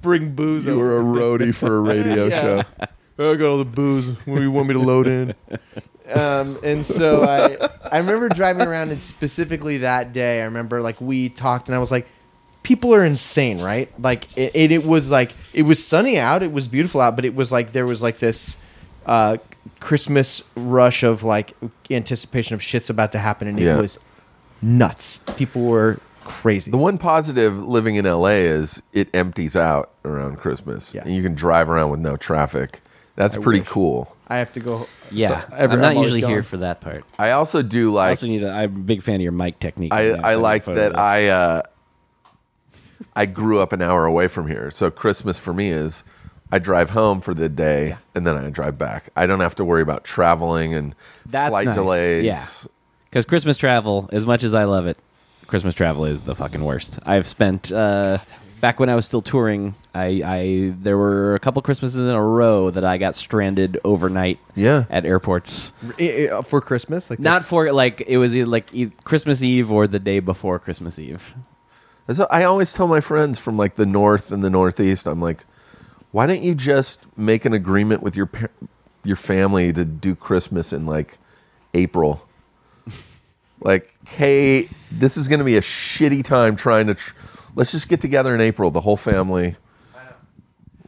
bring booze. You were a roadie for a radio Yeah. show. I got all the booze. What do you want me to load in? Um, and so I, I remember driving around, and specifically that day, I remember like we talked, and I was like, "People are insane, right?" Like it, it, it was like it was sunny out, it was beautiful out, but it was like there was like this uh, Christmas rush of like anticipation of shit's about to happen, and it Yeah. was nuts. People were crazy. The one positive living in LA is it empties out around Christmas, Yeah. and you can drive around with no traffic. That's pretty cool. I have to go. Yeah, so every- I'm not always usually gone. here for that part. I also do like. I also need. A, I'm a big fan of your mic technique. I, Yeah, I send me like a photo of that this. I uh, I grew up an hour away from here, so Christmas for me is I drive home for the day and then I drive back. I don't have to worry about traveling and That's flight nice. delays. Yeah. Because Christmas travel, as much as I love it, Christmas travel is the fucking worst. I've spent uh, back when I was still touring. I, I there were a couple Christmases in a row that I got stranded overnight. Yeah. at airports. I- I- for Christmas. Like Not that's- for like it was either like e- Christmas Eve or the day before Christmas Eve. That's what I always tell my friends from like the north and the northeast. I'm like, why don't you just make an agreement with your par- your family to do Christmas in like April? like, hey, this is going to be a shitty time trying to. Tr- Let's just get together in April, the whole family.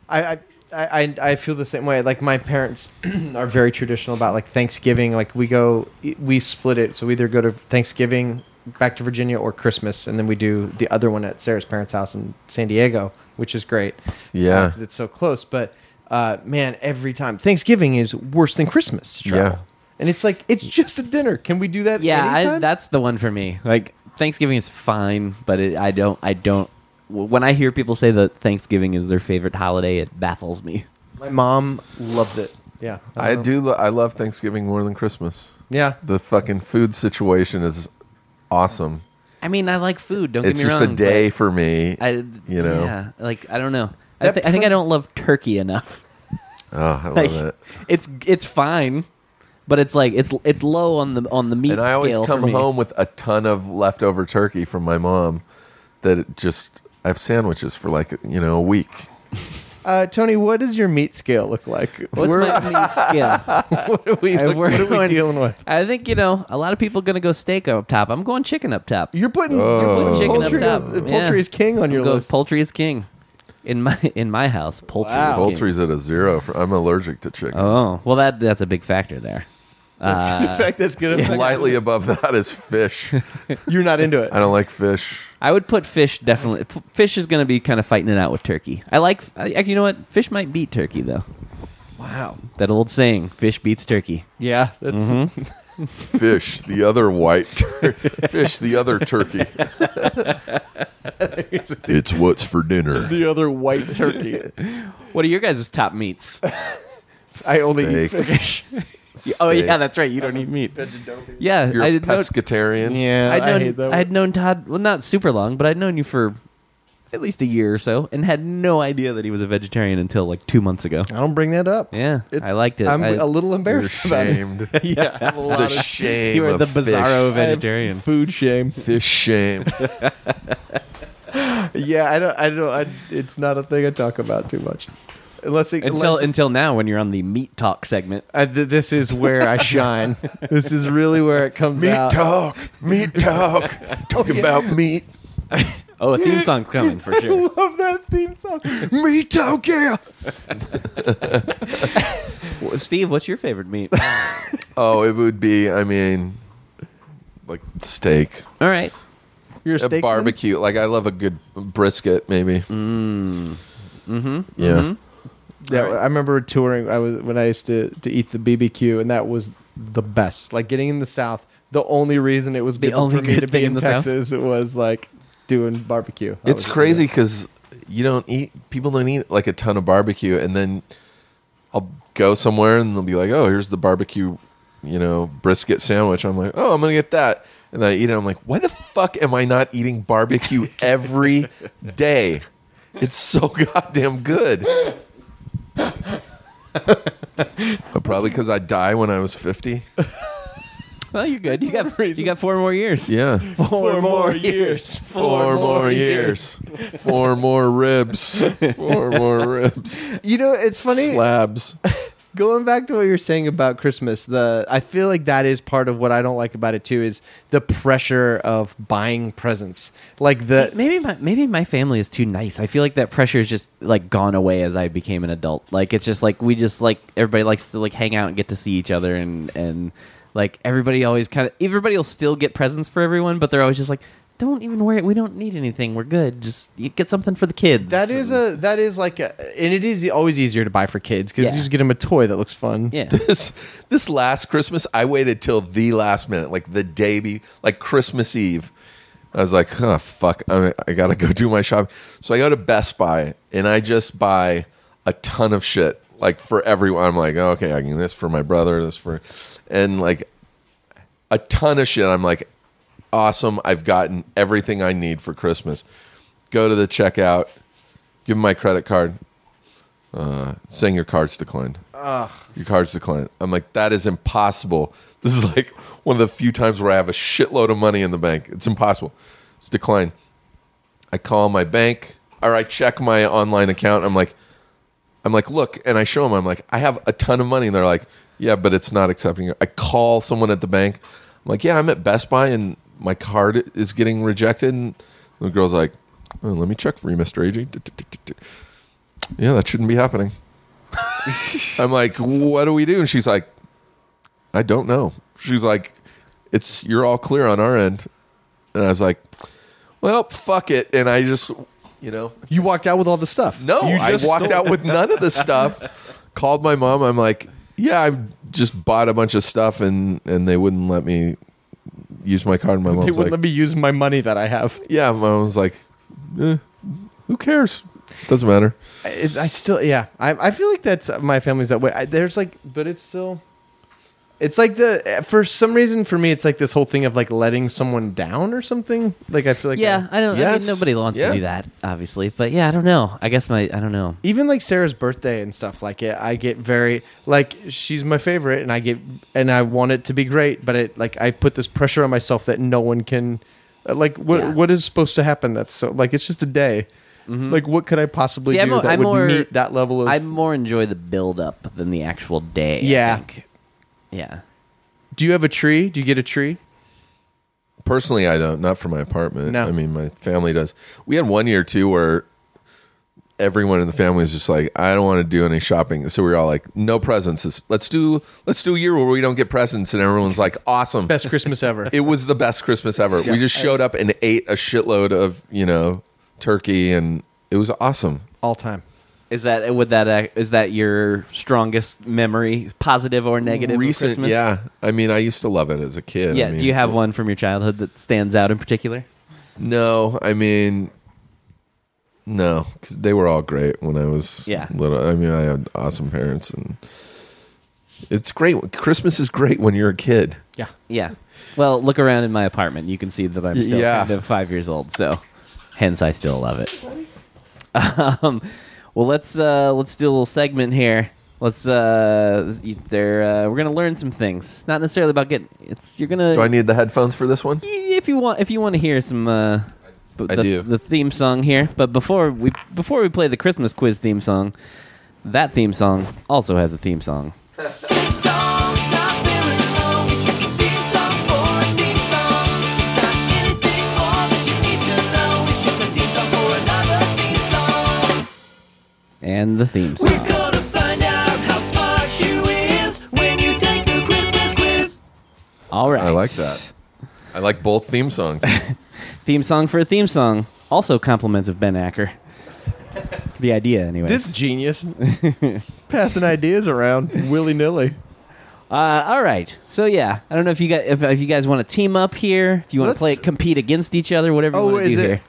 I, I I I- I feel the same way. Like my parents are very traditional about like Thanksgiving. Like we go, we split it. So we either go to Thanksgiving back to Virginia or Christmas, and then we do the other one at Sarah's parents' house in San Diego, which is great. Yeah. because it's so close. But uh, man, every time Thanksgiving is worse than Christmas. Travel. Yeah. and it's like it's just a dinner. Can we do that? Yeah, I, anytime? that's the one for me. Like Thanksgiving is fine, but it, I don't. I don't. w- When I hear people say that Thanksgiving is their favorite holiday, it baffles me. my mom loves it. Yeah, I don't know. do. Lo- I love Thanksgiving more than Christmas. Yeah, The fucking food situation is awesome. I mean, I like food. Don't It's get me just wrong. a but- day for me. I, you know? yeah, like I don't know. I, That th- I think pr- I don't love turkey enough. oh, I love Like, it. it's it's fine, but it's like it's it's low on the on the meat and I always scale for come me. home with a ton of leftover turkey from my mom that it just I have sandwiches for like you know a week. uh, Tony, what does your meat scale look like? What's We're- my meat scale? what are we, If like, we're what are we going- dealing with? I think you know a lot of people gonna go steak up top. I'm going chicken up top. You're putting, Oh. you're putting Chicken up poultry, top. uh, poultry Yeah. is king on your go list. poultry is king. In my in my house, poultry Wow. is king. Poultry's at a zero. For, I'm allergic to chicken. Oh well, that that's a big factor there. In fact, that's good. Slightly above that is fish. You're not into it. I don't like fish. I would put fish definitely. f- Fish is going to be kind of fighting it out with turkey. I like. I, you know what? Fish might beat turkey though. Wow, that old saying: "Fish beats turkey." Yeah, that's Fish, the other white tur- fish, the other turkey. it's what's for dinner. the other white turkey. What are your guys' top meats? I only eat Steak. fish. Oh Steak. yeah, that's right. You don't eat meat. Yeah, You're I a did know. pescatarian. Yeah, I'd I, known, hate that. I one. had known Todd. Well, not super long, but I'd known you for at least a year or so, and had no idea that he was a vegetarian until like two months ago. I don't bring that up. Yeah, I liked it. I'm I- a little You're embarrassed about it. shamed. Yeah, I have a lot the of shame. You are of the fish. bizarro I have vegetarian. food shame. Fish shame. Yeah, I don't. I don't. I, it's not a thing I talk about too much, unless it, Until unless- until now, when you're on the meat talk segment, I, th- this is where I shine. this is really where it comes Meat out. talk, meat talk, talking about meat. oh, a theme song's coming for sure. Love that theme song. Meat talk, yeah. Well, Steve, what's your favorite meat? Oh, it would be. I mean, like steak, All right. You're a a steak barbecue. Like I love a good brisket, maybe. Mm. Mm-hmm. Yeah. Yeah, I remember touring. I was when I used to to eat the BBQ, and that was the best. Like getting in the South, the only reason it was The good only for me good to be thing in in the South? Texas, it was like doing barbecue. That It's was crazy because you don't eat people don't eat like a ton of barbecue and then I'll go somewhere and they'll be like, "Oh, here's the barbecue, you know, brisket sandwich." I'm like, "Oh, I'm going to get that." And I eat it. I'm like, "Why the fuck am I not eating barbecue every day? It's so goddamn good." But Probably because I die when I was 50. Well, you're good. You got you got four more years. Yeah. Four more years. Four more years. Four more ribs. Four more ribs. You know, it's funny. Slabs. going back to what you were saying about christmas the i feel like that is part of what i don't like about it too is the pressure of buying presents like the Maybe my maybe my family is too nice. I feel like that pressure is just like gone away as I became an adult. Like it's just like we just like everybody likes to like hang out and get to see each other and and like everybody always kind of everybody will still get presents for everyone, but they're always just like don't even worry. We don't need anything. We're good. Just you get something for the kids. that is a that is like a, and it is always easier to buy for kids because Yeah. you just get them a toy that looks fun yeah. this this last Christmas, I waited till the last minute, like the day be like Christmas Eve. I was like, huh, fuck, I, I gotta go do my shopping. So I go to Best Buy and I just buy a ton of shit, like for everyone. I'm like, oh, okay, I can this for my brother, this for, and like a ton of shit. I'm like, awesome, I've gotten everything I need for Christmas. Go to the checkout, give 'em my credit card, uh, saying your card's declined your card's declined. I'm like, that is impossible. This is like one of the few times where I have a shitload of money in the bank. It's impossible. It's declined. I call my bank or I check my online account. I'm like, I'm like, look, and I show them. I'm like, I have a ton of money, and they're like, yeah, but it's not accepting. it. I call someone at the bank. I'm like, yeah, I'm at Best Buy, and my card is getting rejected. And the girl's like, oh, let me check for you, Mister AJ. Yeah, that shouldn't be happening. I'm like, what do we do? And she's like, I don't know. She's like, it's you're all clear on our end. And I was like, well, fuck it. And I just, you know, you walked out with all the stuff no, you I walked out with none of the stuff. called my mom. I'm like, yeah, I just bought a bunch of stuff and and they wouldn't let me use my card. And my they mom's wouldn't like, let me use my money that i have yeah, my mom's like, eh, who cares? Doesn't matter. I, I still, yeah, I, I feel like that's uh, my family's that way. I, there's like, but it's still, it's like the for some reason for me, it's like this whole thing of like letting someone down or something. Like I feel like yeah, I don't. I uh, Yes. mean, nobody wants Yeah. to do that, obviously. But yeah, I don't know. I guess my I don't know. even like Sarah's birthday and stuff like it, I get very like she's my favorite, and I get and I want it to be great, but it like I put this pressure on myself that no one can, uh, like what Yeah. what is supposed to happen? That's so like it's just a day. Like what could I possibly Mm-hmm. See, do I'm more- that I'm would more- meet that level of? I more enjoy the build up than the actual day. I Yeah. think. yeah. do you have a tree? Do you get a tree? Personally, I don't. Not for my apartment. No. I mean, my family does. We had one year too where everyone in the family was just like, "I don't want to do any shopping," so we were all like, "No presents. This- Let's do let's do a year where we don't get presents," and everyone's like, "Awesome." Best Christmas ever. It was the best Christmas ever. we just showed up and ate a shitload of you know turkey, and it was awesome. all time. Is that would that uh, is that your strongest memory, positive or negative? of Recent, Christmas? yeah. I mean, I used to love it as a kid. yeah. I do mean, you have one from your childhood that stands out in particular? No, I mean, no, because they were all great when I was Yeah. little. I mean, I had awesome parents, and it's great. Christmas is great when you're a kid. Yeah. Yeah. Well, look around in my apartment. You can see that I'm still yeah. kind of five years old, so hence I still love it. Um, well, let's uh, let's do a little segment here. Let's uh, there. Uh, we're gonna learn some things. Not necessarily about getting. It's you're gonna. Do I need the headphones for this one? if you want if you want to hear some uh b- I the, do. the theme song here but before we before we play the christmas quiz theme song that theme song also has a theme song This song's not feeling alone. It's just a theme song for a theme song. It's not anything more that you need to know. It's just a theme song for another theme song. and the theme We're song gonna find out how smart you is when you take the Christmas quiz. all right I like that. I like both theme songs. theme song for a theme song also compliments of ben acker the idea anyway This genius passing ideas around willy nilly. uh, all right so yeah i don't know if you guys if, if you guys want to team up here if you want to Let's- play compete against each other whatever Oh, you want to is do it- here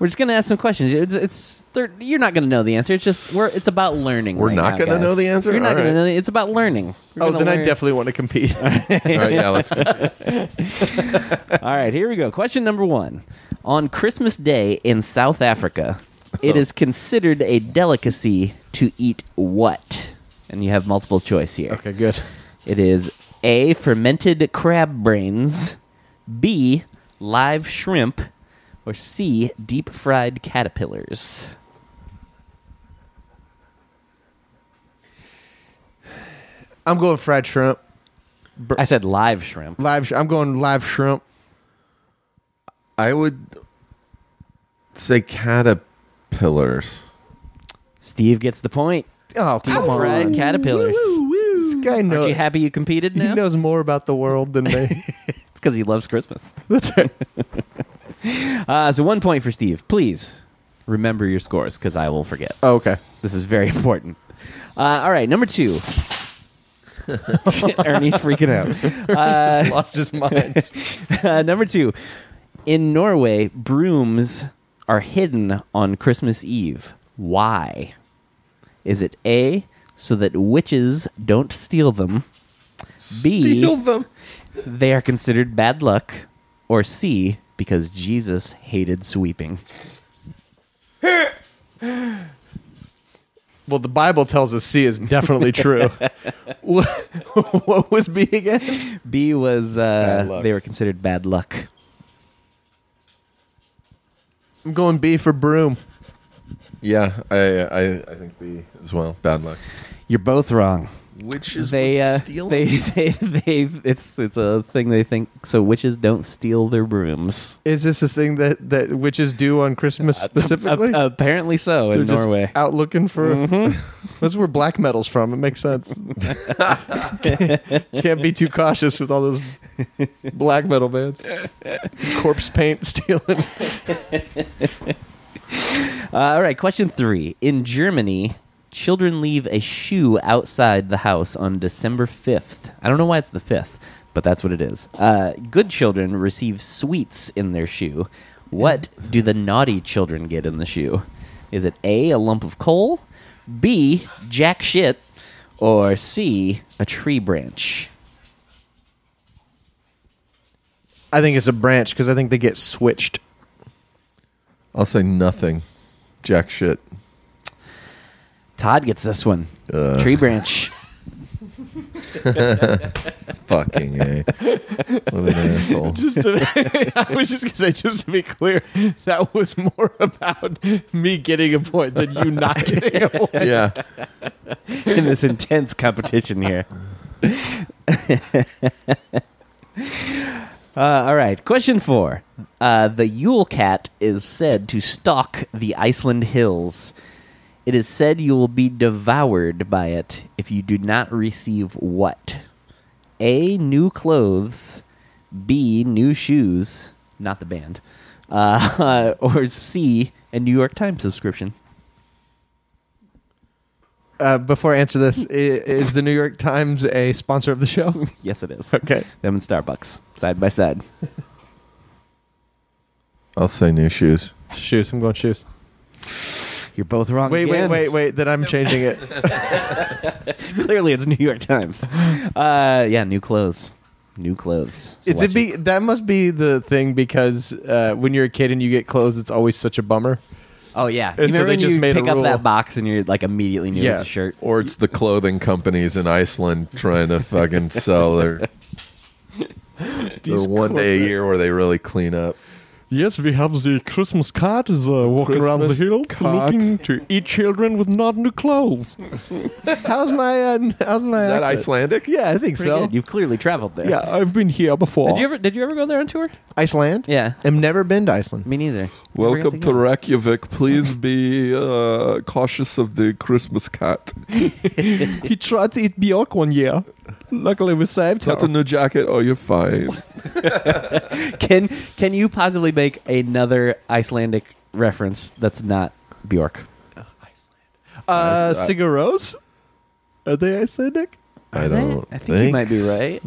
We're just gonna ask some questions. It's, it's they're- you're not gonna know the answer. It's just we're it's about learning. We're right not now, gonna know guys. the answer? You're not All gonna right. know. The, it's about learning. We're Oh, gonna then I learn. definitely want to compete. All right, yeah, let's go. All right, here we go. Question number one: On Christmas Day in South Africa, it is considered a delicacy to eat what? And you have multiple choice here. okay, good. It is A, fermented crab brains, B, live shrimp, or C, deep fried caterpillars. I'm going fried shrimp. I said live shrimp. Live. Sh- I'm going live shrimp. I would say caterpillars. Steve gets the point. Oh, come on. Fried caterpillars. This guy Aren't you knows. happy you competed He now? knows more about the world than me. It's because he loves Christmas. That's right. uh, so one point for Steve. Please remember your scores because I will forget. oh, okay. This is very important. Uh, all right, number two. Ernie's freaking out. Uh, Lost his mind. Uh, number two, in Norway, brooms are hidden on Christmas Eve. Why? Is it A, so that witches don't steal them? B, Steal them. they are considered bad luck? Or C, because Jesus hated sweeping? well, the Bible tells us C is definitely true. what, what was B again? B was uh, luck. they were considered bad luck. I'm going B for broom. Yeah, I, I I think B as well. Bad luck. You're both wrong. Which is They, uh, they, they, they, it's, it's a thing they think. So witches don't steal their brooms. Is this a thing that that witches do on Christmas Uh, specifically? Ap- apparently so in They're just Mm-hmm. Norway. out looking for. That's where black metal's from. It makes sense. Can't be too cautious with all those black metal bands. Corpse paint stealing. Uh, all right, question three. In Germany, children leave a shoe outside the house on December 5th. I don't know why it's the 5th, but that's what it is. Uh, good children receive sweets in their shoe. What do the naughty children get in the shoe? Is it A, a lump of coal, B, jack shit, or C, a tree branch? I think it's a branch because I think they get switched. I'll say nothing. Jack shit. Todd gets this one. Tree branch. Fucking a. what an asshole. Just to, I was just gonna say, just to be clear, that was more about me getting a point than you not getting a point. yeah. in this intense competition here. Uh, all right, question four. Uh, the Yule Cat is said to stalk the Iceland hills. It is said you will be devoured by it if you do not receive what? A. New clothes. B. New shoes. Not the band. Uh, or C. A New York Times subscription. Uh, before I answer this, i- is the New York Times a sponsor of the show? Yes, it is. Okay. Them and Starbucks, side by side. I'll say new shoes. Shoes. I'm going shoes. You're both wrong. Wait, wait, again. wait, wait. Then I'm changing it. Clearly, it's New York Times. Uh, yeah, new clothes. New clothes. So Is watch it be that must be the thing because uh, when you're a kid and you get clothes, it's always such a bummer. Oh yeah. so You remember they when just you made a pick up rule. that box and you're like immediately knew it was Yeah. a shirt. Or it's the clothing companies in Iceland trying to fucking sell their, their one day a year where they really clean up. Yes, we have the Christmas cart is uh, walking around the Christmas hills cart. looking to eat children with not new clothes. how's my uh, n- how's my Is that accent? Icelandic? Yeah, I think Pretty so. good. You've clearly traveled there. Yeah, I've been here before. Did you ever? Did you ever go there on tour? Iceland? Yeah. I've never been to Iceland. Me neither. Welcome to Reykjavik. Please be uh, cautious of the Christmas cat. He tried to eat Bjork one year. Luckily, we saved Not a new jacket. Oh, you're fine. Can Can you possibly make another Icelandic reference that's not Bjork? Uh, Sigur Rós? Are they Icelandic? I don't I think you might be right.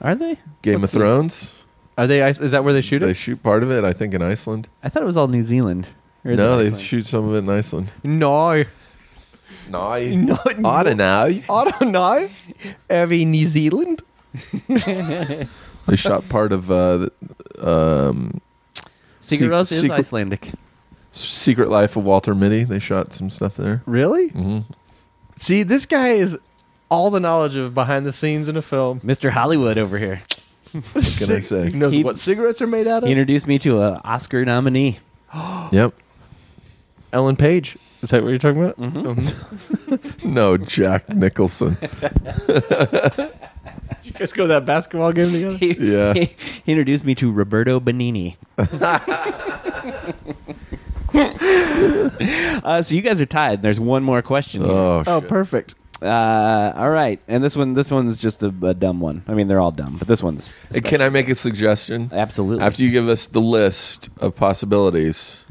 Are they? Game of Thrones. Are they? Ice- Is that where they shoot They it? shoot part of it, I think, in Iceland. I thought it was all New Zealand. Or is it no, they Iceland? shoot some of it in Iceland. No. No, No. I don't know. I don't know. Every New Zealand. They shot part of uh, the- um, Secret Se- Rose is Secret- Icelandic. Secret Life of Walter Mitty. They shot some stuff there. Really? Mhm. See, this guy is all the knowledge of behind the scenes in a film. Mr. Hollywood over here can I say? He knows He- what cigarettes are made out of. He introduced me to a Oscar nominee. Yep. Ellen Page. Is that what you're talking about? No, Jack Nicholson. You guys go to that basketball game together? He, Yeah. he introduced me to Roberto Benini. uh, so you guys are tied. and There's one more question. here. Oh, Oh, shit. perfect. Uh, all right, and this one, this one's just a, a dumb one. I mean, they're all dumb, but this one's Hey, Can I make a suggestion? absolutely. After you give us the list of possibilities,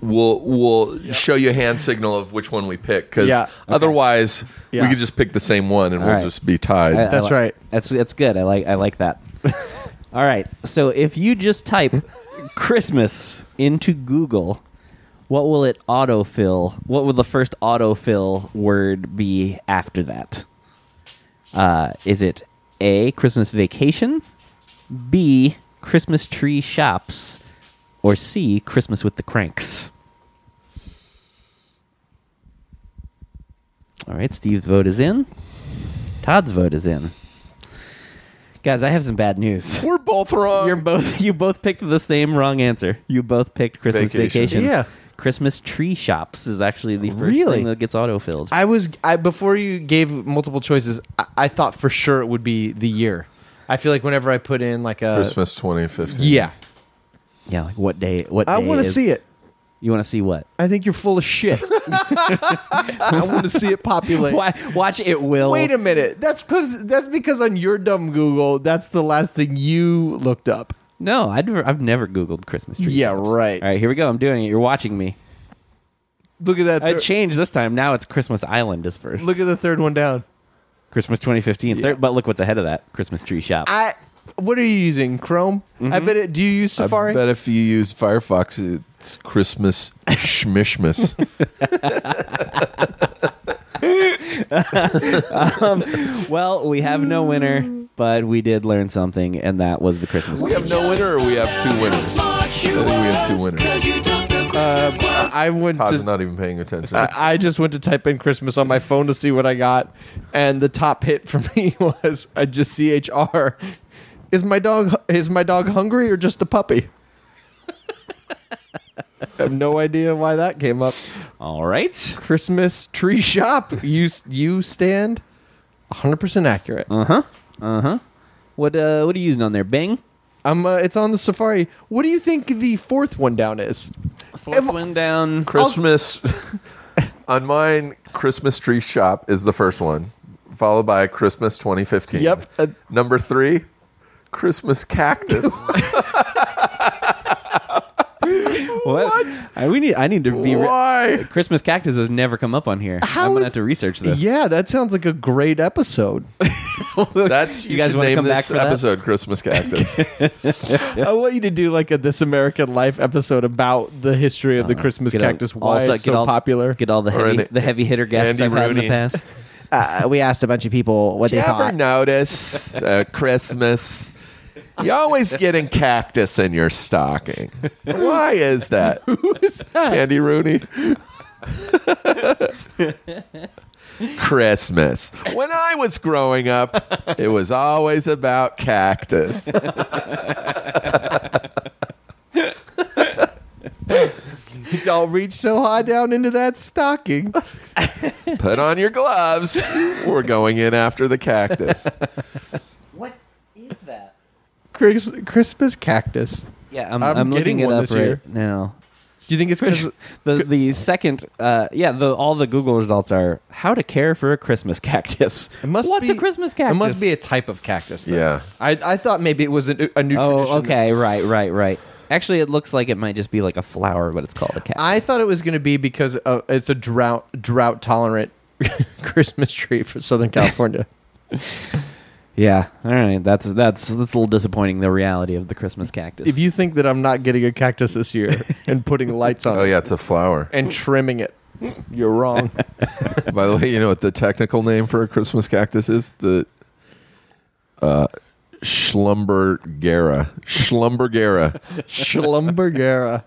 we'll we'll show you a hand signal of which one we pick. Because Yeah. Okay. otherwise, we Yeah. could just pick the same one and All we'll right. just be tied. I- I That's li- right. That's that's good. I like I like that. All right. So if you just type Christmas into Google, what will it autofill? What will the first autofill word be after that? Uh, is it A Christmas vacation, B Christmas tree shops, or C Christmas with the cranks? All right, Steve's vote is in. Todd's vote is in. Guys, I have some bad news. We're both wrong. Uh, You're both you both picked the same wrong answer. You both picked Christmas Vacation. vacation. Yeah. Christmas tree shops is actually the first Really? thing that gets autofilled. I was I before you gave multiple choices. I, I thought for sure it would be the year. I feel like whenever I put in uh, like a Christmas 2015. yeah, yeah, like what day what I want to see it. You want to see what? I think you're full of shit. I want to see it populate. Why, watch it will. Wait a minute. That's because that's because on your dumb Google, that's the last thing you looked up. No, I'd never, I've never googled Christmas tree. Yeah, shops. right. All right, here we go. I'm doing it. You're watching me. Look at that. I thir- changed this time. Now it's Christmas Island is first. look at the third one down. Christmas 2015. Thir- but look what's ahead of that. Christmas tree shop. I. What are you using? Chrome. I bet it. Do you use Safari? Mm-hmm. I bet if you use Firefox, it's Christmas schmishmas. Well, we have Mm. no winner, but we did learn something, and that was the Christmas. we have no winner or we have two winners? I think we have two winners. Uh, I went Todd's to. not even paying attention. I I just went to type in Christmas on my phone to see what I got, and the top hit for me was I just CHR. Is my dog is my dog hungry or just a puppy? I have no idea why that came up. All right. Christmas tree shop. You you stand 100% accurate. Mm. Uh-huh. What uh, what are you using on there? Bing. I'm uh, it's on the Safari. What do you think the fourth one down is? Fourth one down. Christmas on mine. Christmas tree shop is the first one, followed by Christmas 2015. Yep. Uh, Number three, Christmas cactus. What? I, we need. I need to be. re- Why? Christmas cactus has never come up on here. How I'm gonna is- have to research this. yeah, that sounds like a great episode. That's you, You guys should wanna name come this back for that? episode Christmas cactus. I want you to do like a This American Life episode about the history of the Christmas Uh, Get all- cactus, why also it's get so all- popular. Get all the Or heavy, any- the heavy hitter guests Andy I've had in the Rooney. past. uh, we asked a bunch of people what you ever notice uh, Christmas? You always getting cactus in your stocking. Why is that? Who is that? Andy Rooney. Christmas. When I was growing up, it was always about cactus. Don't reach so high down into that stocking. Put on your gloves. We're going in after the cactus. What is that? Chris, Christmas cactus. Yeah, I'm, I'm I'm, getting looking it one up this right year. now. Do you think it's because The the second, uh, yeah, the all the Google results are how to care for a Christmas cactus. it must What's be a Christmas cactus? It must be a type of cactus. then. Yeah. I, I thought maybe it was a, new- a new. Oh, tradition. okay, right, right, right. Actually, it looks like it might just be like a flower, but it's called a cat. I thought it was going to be because uh, it's a drought drought tolerant Christmas tree for Southern California. Yeah. All right. That's that's that's a little disappointing. The reality of the Christmas cactus. If you think that I'm not getting a cactus this year and putting lights on Oh it yeah, it's a flower. and trimming it, you're wrong. By the way, you know what the technical name for a Christmas cactus is? The uh Schlumbergera. Schlumbergera. Uh, Schlumbergera.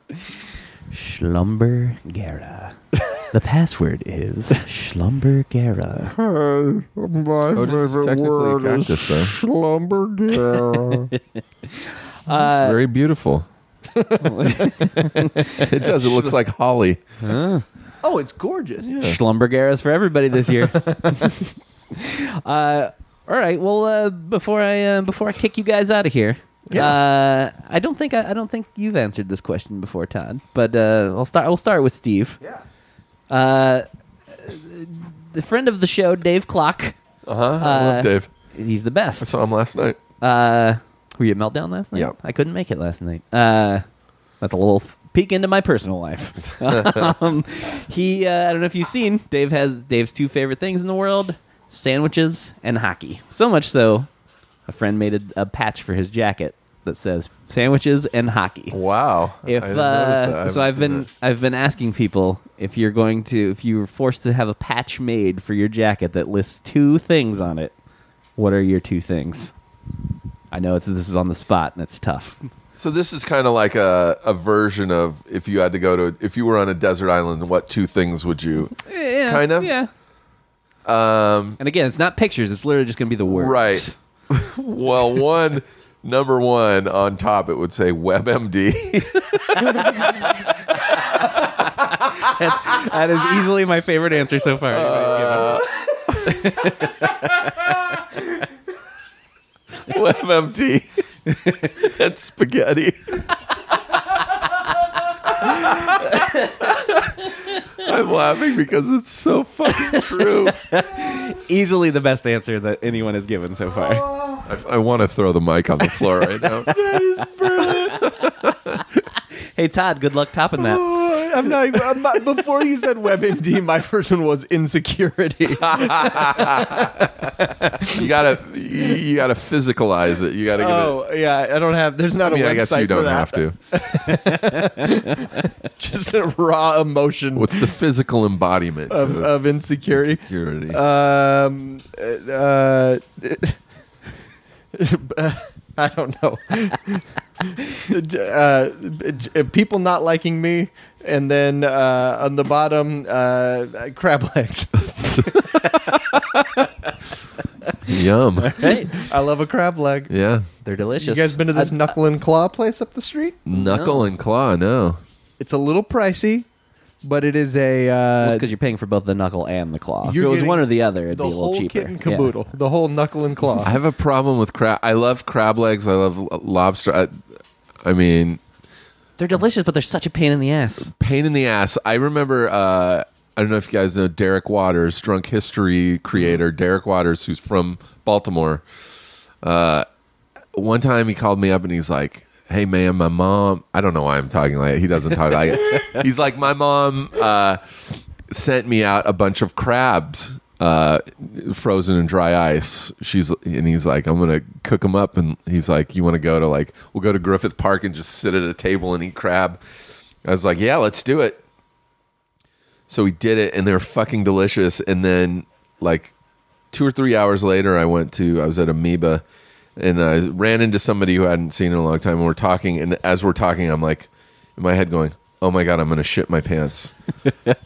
Schlumbergera. the password is Schlumbergera. My favorite technically word a is cactus, though. Schlumbergera. It's very beautiful. it does. It looks like holly. oh, it's gorgeous. Schlumbergeras for everybody this year. uh, all right. Well, uh, before I uh, before I kick you guys out of here, uh, I don't think I, I don't think you've answered this question before, Todd. But uh, I'll start. We'll start with Steve. Yeah. Uh, the friend of the show, Dave Clock. Uh-huh. I Uh, love Dave. He's the I best. saw him last night. Uh, were you at Meltdown last night? Yep. I couldn't make it last night. Uh, that's a little f- peek into my personal life. um, he, uh, I don't know if you've seen, Dave has Dave's two favorite things in the world sandwiches and hockey. So much so, a friend made a, a patch for his jacket that says sandwiches and hockey Wow. if I didn't notice that. I uh, haven't so i've seen been that. i've been asking people if you're going to if you were forced to have a patch made for your jacket that lists two things on it what are your two things i know it's this is on the spot and it's tough So this is kind of like a, a version of if you had to go to if you were on a desert island, what two things would you? yeah, Kind of. yeah Um, and again it's not pictures it's literally just gonna be the words Right. well, one number one on top, it would say WebMD. That's, that is easily my favorite answer so far Uh, WebMD. and spaghetti. I'm laughing because it's so fucking true. easily the best answer that anyone has given so far I, I want to throw the mic on the floor right now. hey todd good luck topping that I'm not, even- I'm not- Before you said WebMD, my first one was insecurity. You gotta, you, you gotta physicalize it. You gotta give it. oh, yeah. I don't have. There's not I mean, a website I guess you for don't that. have to. Just a raw emotion What's the physical embodiment of, Uh, of, of insecurity. security? Um, uh, uh, I don't know. uh, j- people not liking me, and then uh, on the bottom, uh, crab legs. Yum. right I love a crab leg. Yeah. they're delicious You guys been to this knuckle and claw place up the street? Knuckle and claw. No. It's a little pricey, but it is a uh, because you're paying for both the knuckle and the claw. If it You're was getting one or the other, it'd the be a little whole cheaper. kit and Yeah. caboodle, the whole knuckle and claw. I have a problem with crab. I love crab legs. I love l- lobster. I, I mean, They're delicious, but they're such a pain in the ass. pain in the ass. I remember. Uh, I don't know if you guys know Derek Waters, drunk history creator Derek Waters, who's from Baltimore. Uh, one time he called me up and he's like, "Hey man, my mom." I don't know why I'm talking like he doesn't talk like. He's like, "My mom uh, sent me out a bunch of crabs." Uh, frozen in dry ice. She's and he's like, I'm gonna cook them up, and he's like, you want to go to like, we'll go to Griffith Park and just sit at a table and eat crab. I was like, yeah, let's do it. So we did it, and they were fucking delicious. And then, like, two or three hours later, I went to, I was at Amoeba, and I ran into somebody who I hadn't seen in a long time, and we're talking. And as we're talking, I'm like, in my head, going, oh my God, I'm going to shit my pants.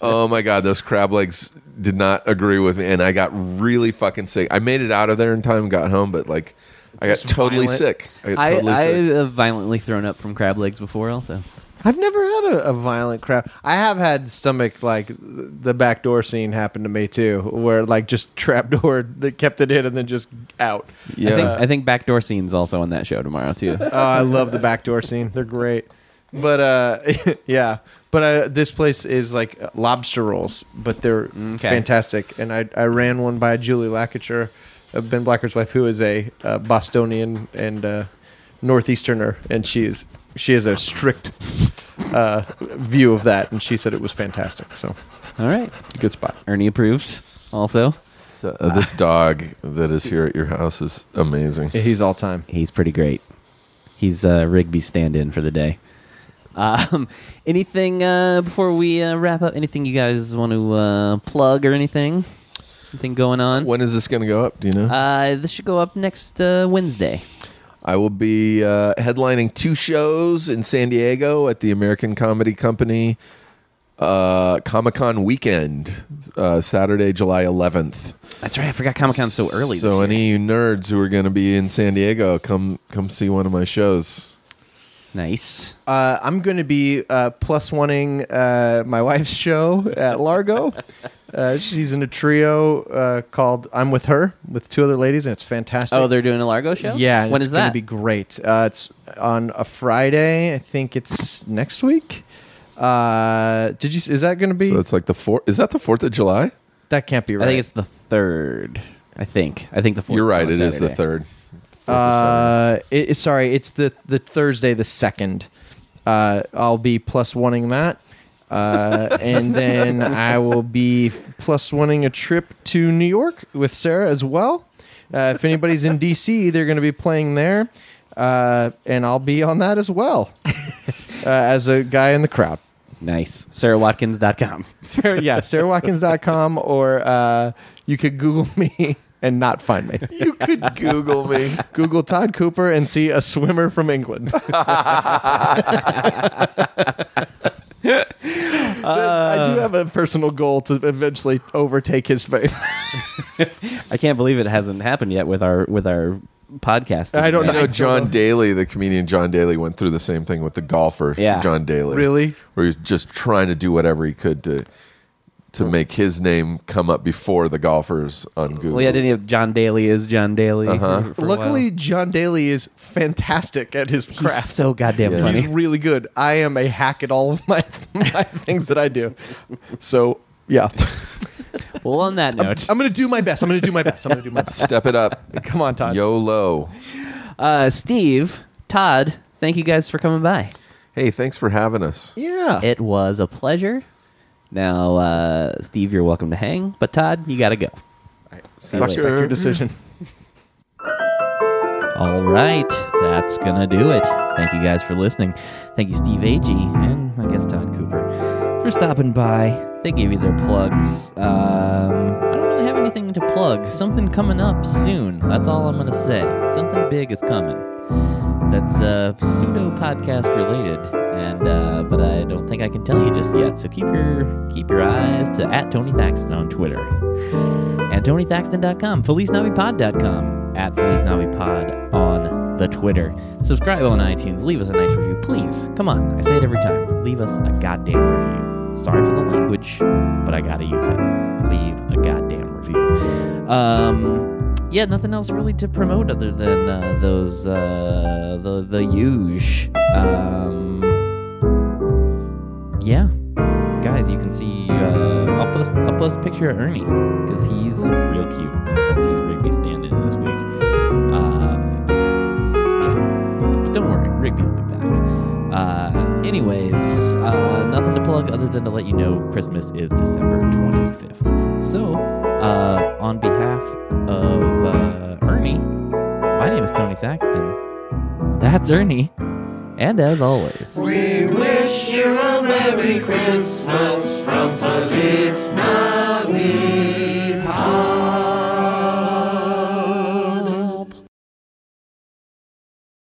oh my God, those crab legs did not agree with me. And I got really fucking sick. I made it out of there in time, got home, but like, I got totally violent. sick. I got I, totally I sick. have violently thrown up from crab legs before, also. I've never had a, a violent crab. I have had stomach like the backdoor scene happened to me too, where like just trapdoor that kept it in and then just out. I think, I think backdoor scenes also on that show tomorrow too. Oh, I love the backdoor scene. They're great. But uh, yeah. But uh, this place is like lobster rolls, but they're fantastic. And I, I ran one by Julie Lacature, uh, Ben Blacker's wife, who is a uh, Bostonian and uh, northeasterner, and she is she has a strict uh, view of that, and she said it was fantastic. So All right, good spot. Ernie approves. Also, This uh, this dog that is here at your house is amazing. Yeah, he's all time. He's pretty great. He's uh, Rigby's stand-in for the day. Um, anything uh, before we uh, wrap up? Anything you guys want to uh, plug or anything? Anything going on? When is this going to go up? Do you know? Uh, this should go up next uh, Wednesday. I will be uh, headlining two shows in San Diego at the American Comedy Company uh, Comic Con weekend, uh, Saturday, July 11th. That's right. I forgot Comic Con's so early. So this year. any nerds who are going to be in San Diego, come come see one of my shows. nice. Uh, I'm going to be uh, plus oneing uh, my wife's show at Largo. uh, she's in a trio uh, called I'm with her with two other ladies, and it's fantastic. Oh, they're doing a Largo show. yeah. and When it's is that? to be great. Uh, it's on a Friday. I think it's next week. Uh, did you? Is that going to be? So it's like the fourth. Is that the Fourth of July? that can't be I right. think it's the third. I think. I think the fourth. You're is right. on It is the Saturday. third. Fourth of Saturday. Uh, it, it's- sorry, it's the the Thursday the second. Uh, I'll be plus oneing that, uh, and then I will be plus oneing a trip to New York with Sarah as well. Uh, if anybody's in DC, they're going to be playing there, uh, and I'll be on that as well uh, as a guy in the crowd. Nice. SarahWatkins.com. Sarah, yeah, sarahwatkins.com, or uh, you could Google me and not find me. You could Google me. Google Todd Cooper and see a swimmer from England. I do have a personal goal to eventually overtake his fame. I can't believe it hasn't happened yet with our with our podcast. I don't You know. know, John Daly, the comedian John Daly, went through the same thing with the golfer Yeah. John Daly. Really? Where he was just trying to do whatever he could to to make his name come up before the golfers on Google. Well, yeah, didn't have John Daly is John Daly. Uh-huh. for- for a Luckily, while. John Daly is fantastic at his he's craft. so goddamn Yeah. He's funny. really good. I am a hack at all of my, my things that I do. So, yeah. Well, on that note, I'm going to do my best. I'm going to do my best. I'm going to do my best. Step it up. Come on, Todd. YOLO. uh, Steve, Todd, thank you guys for coming by. Hey, thanks for having us. Yeah. It was a pleasure. Now, uh, Steve, you're welcome to hang, but Todd, you gotta go. Respect your decision. All right, that's gonna do it. Thank you guys for listening. Thank you, Steve Ag, and I guess Todd Cooper for stopping by. They gave you their plugs. Um, I don't really have anything to plug. Something coming up soon. That's all I'm gonna say. Something big is coming. That's uh, pseudo podcast related, and uh, but I don't think I can tell you just yet. So keep your keep your eyes to at Tony Thaxton on Twitter and TonyThaxton.com, FelizNaviPod.com, at FelizNaviPod on the Twitter. Subscribe on iTunes. Leave us a nice review, please. Come on, I say it every time. Leave us a goddamn review. Sorry for the language, but I gotta use it. Leave a goddamn review. Um, yeah, nothing else really to promote other than uh, those uh, the the huge. Um, yeah guys, you can see. Uh, I'll post. I'll post a picture of Ernie because he's real cute, and since he's Rigby stand-in this week, um, yeah. But don't worry, Rigby will be back. Uh, anyways, uh, nothing to plug other than to let you know Christmas is December 25th. So, uh, on behalf of uh, Ernie, my name is Tony Thaxton. That's Ernie, and as always. We wish you a Merry Christmas from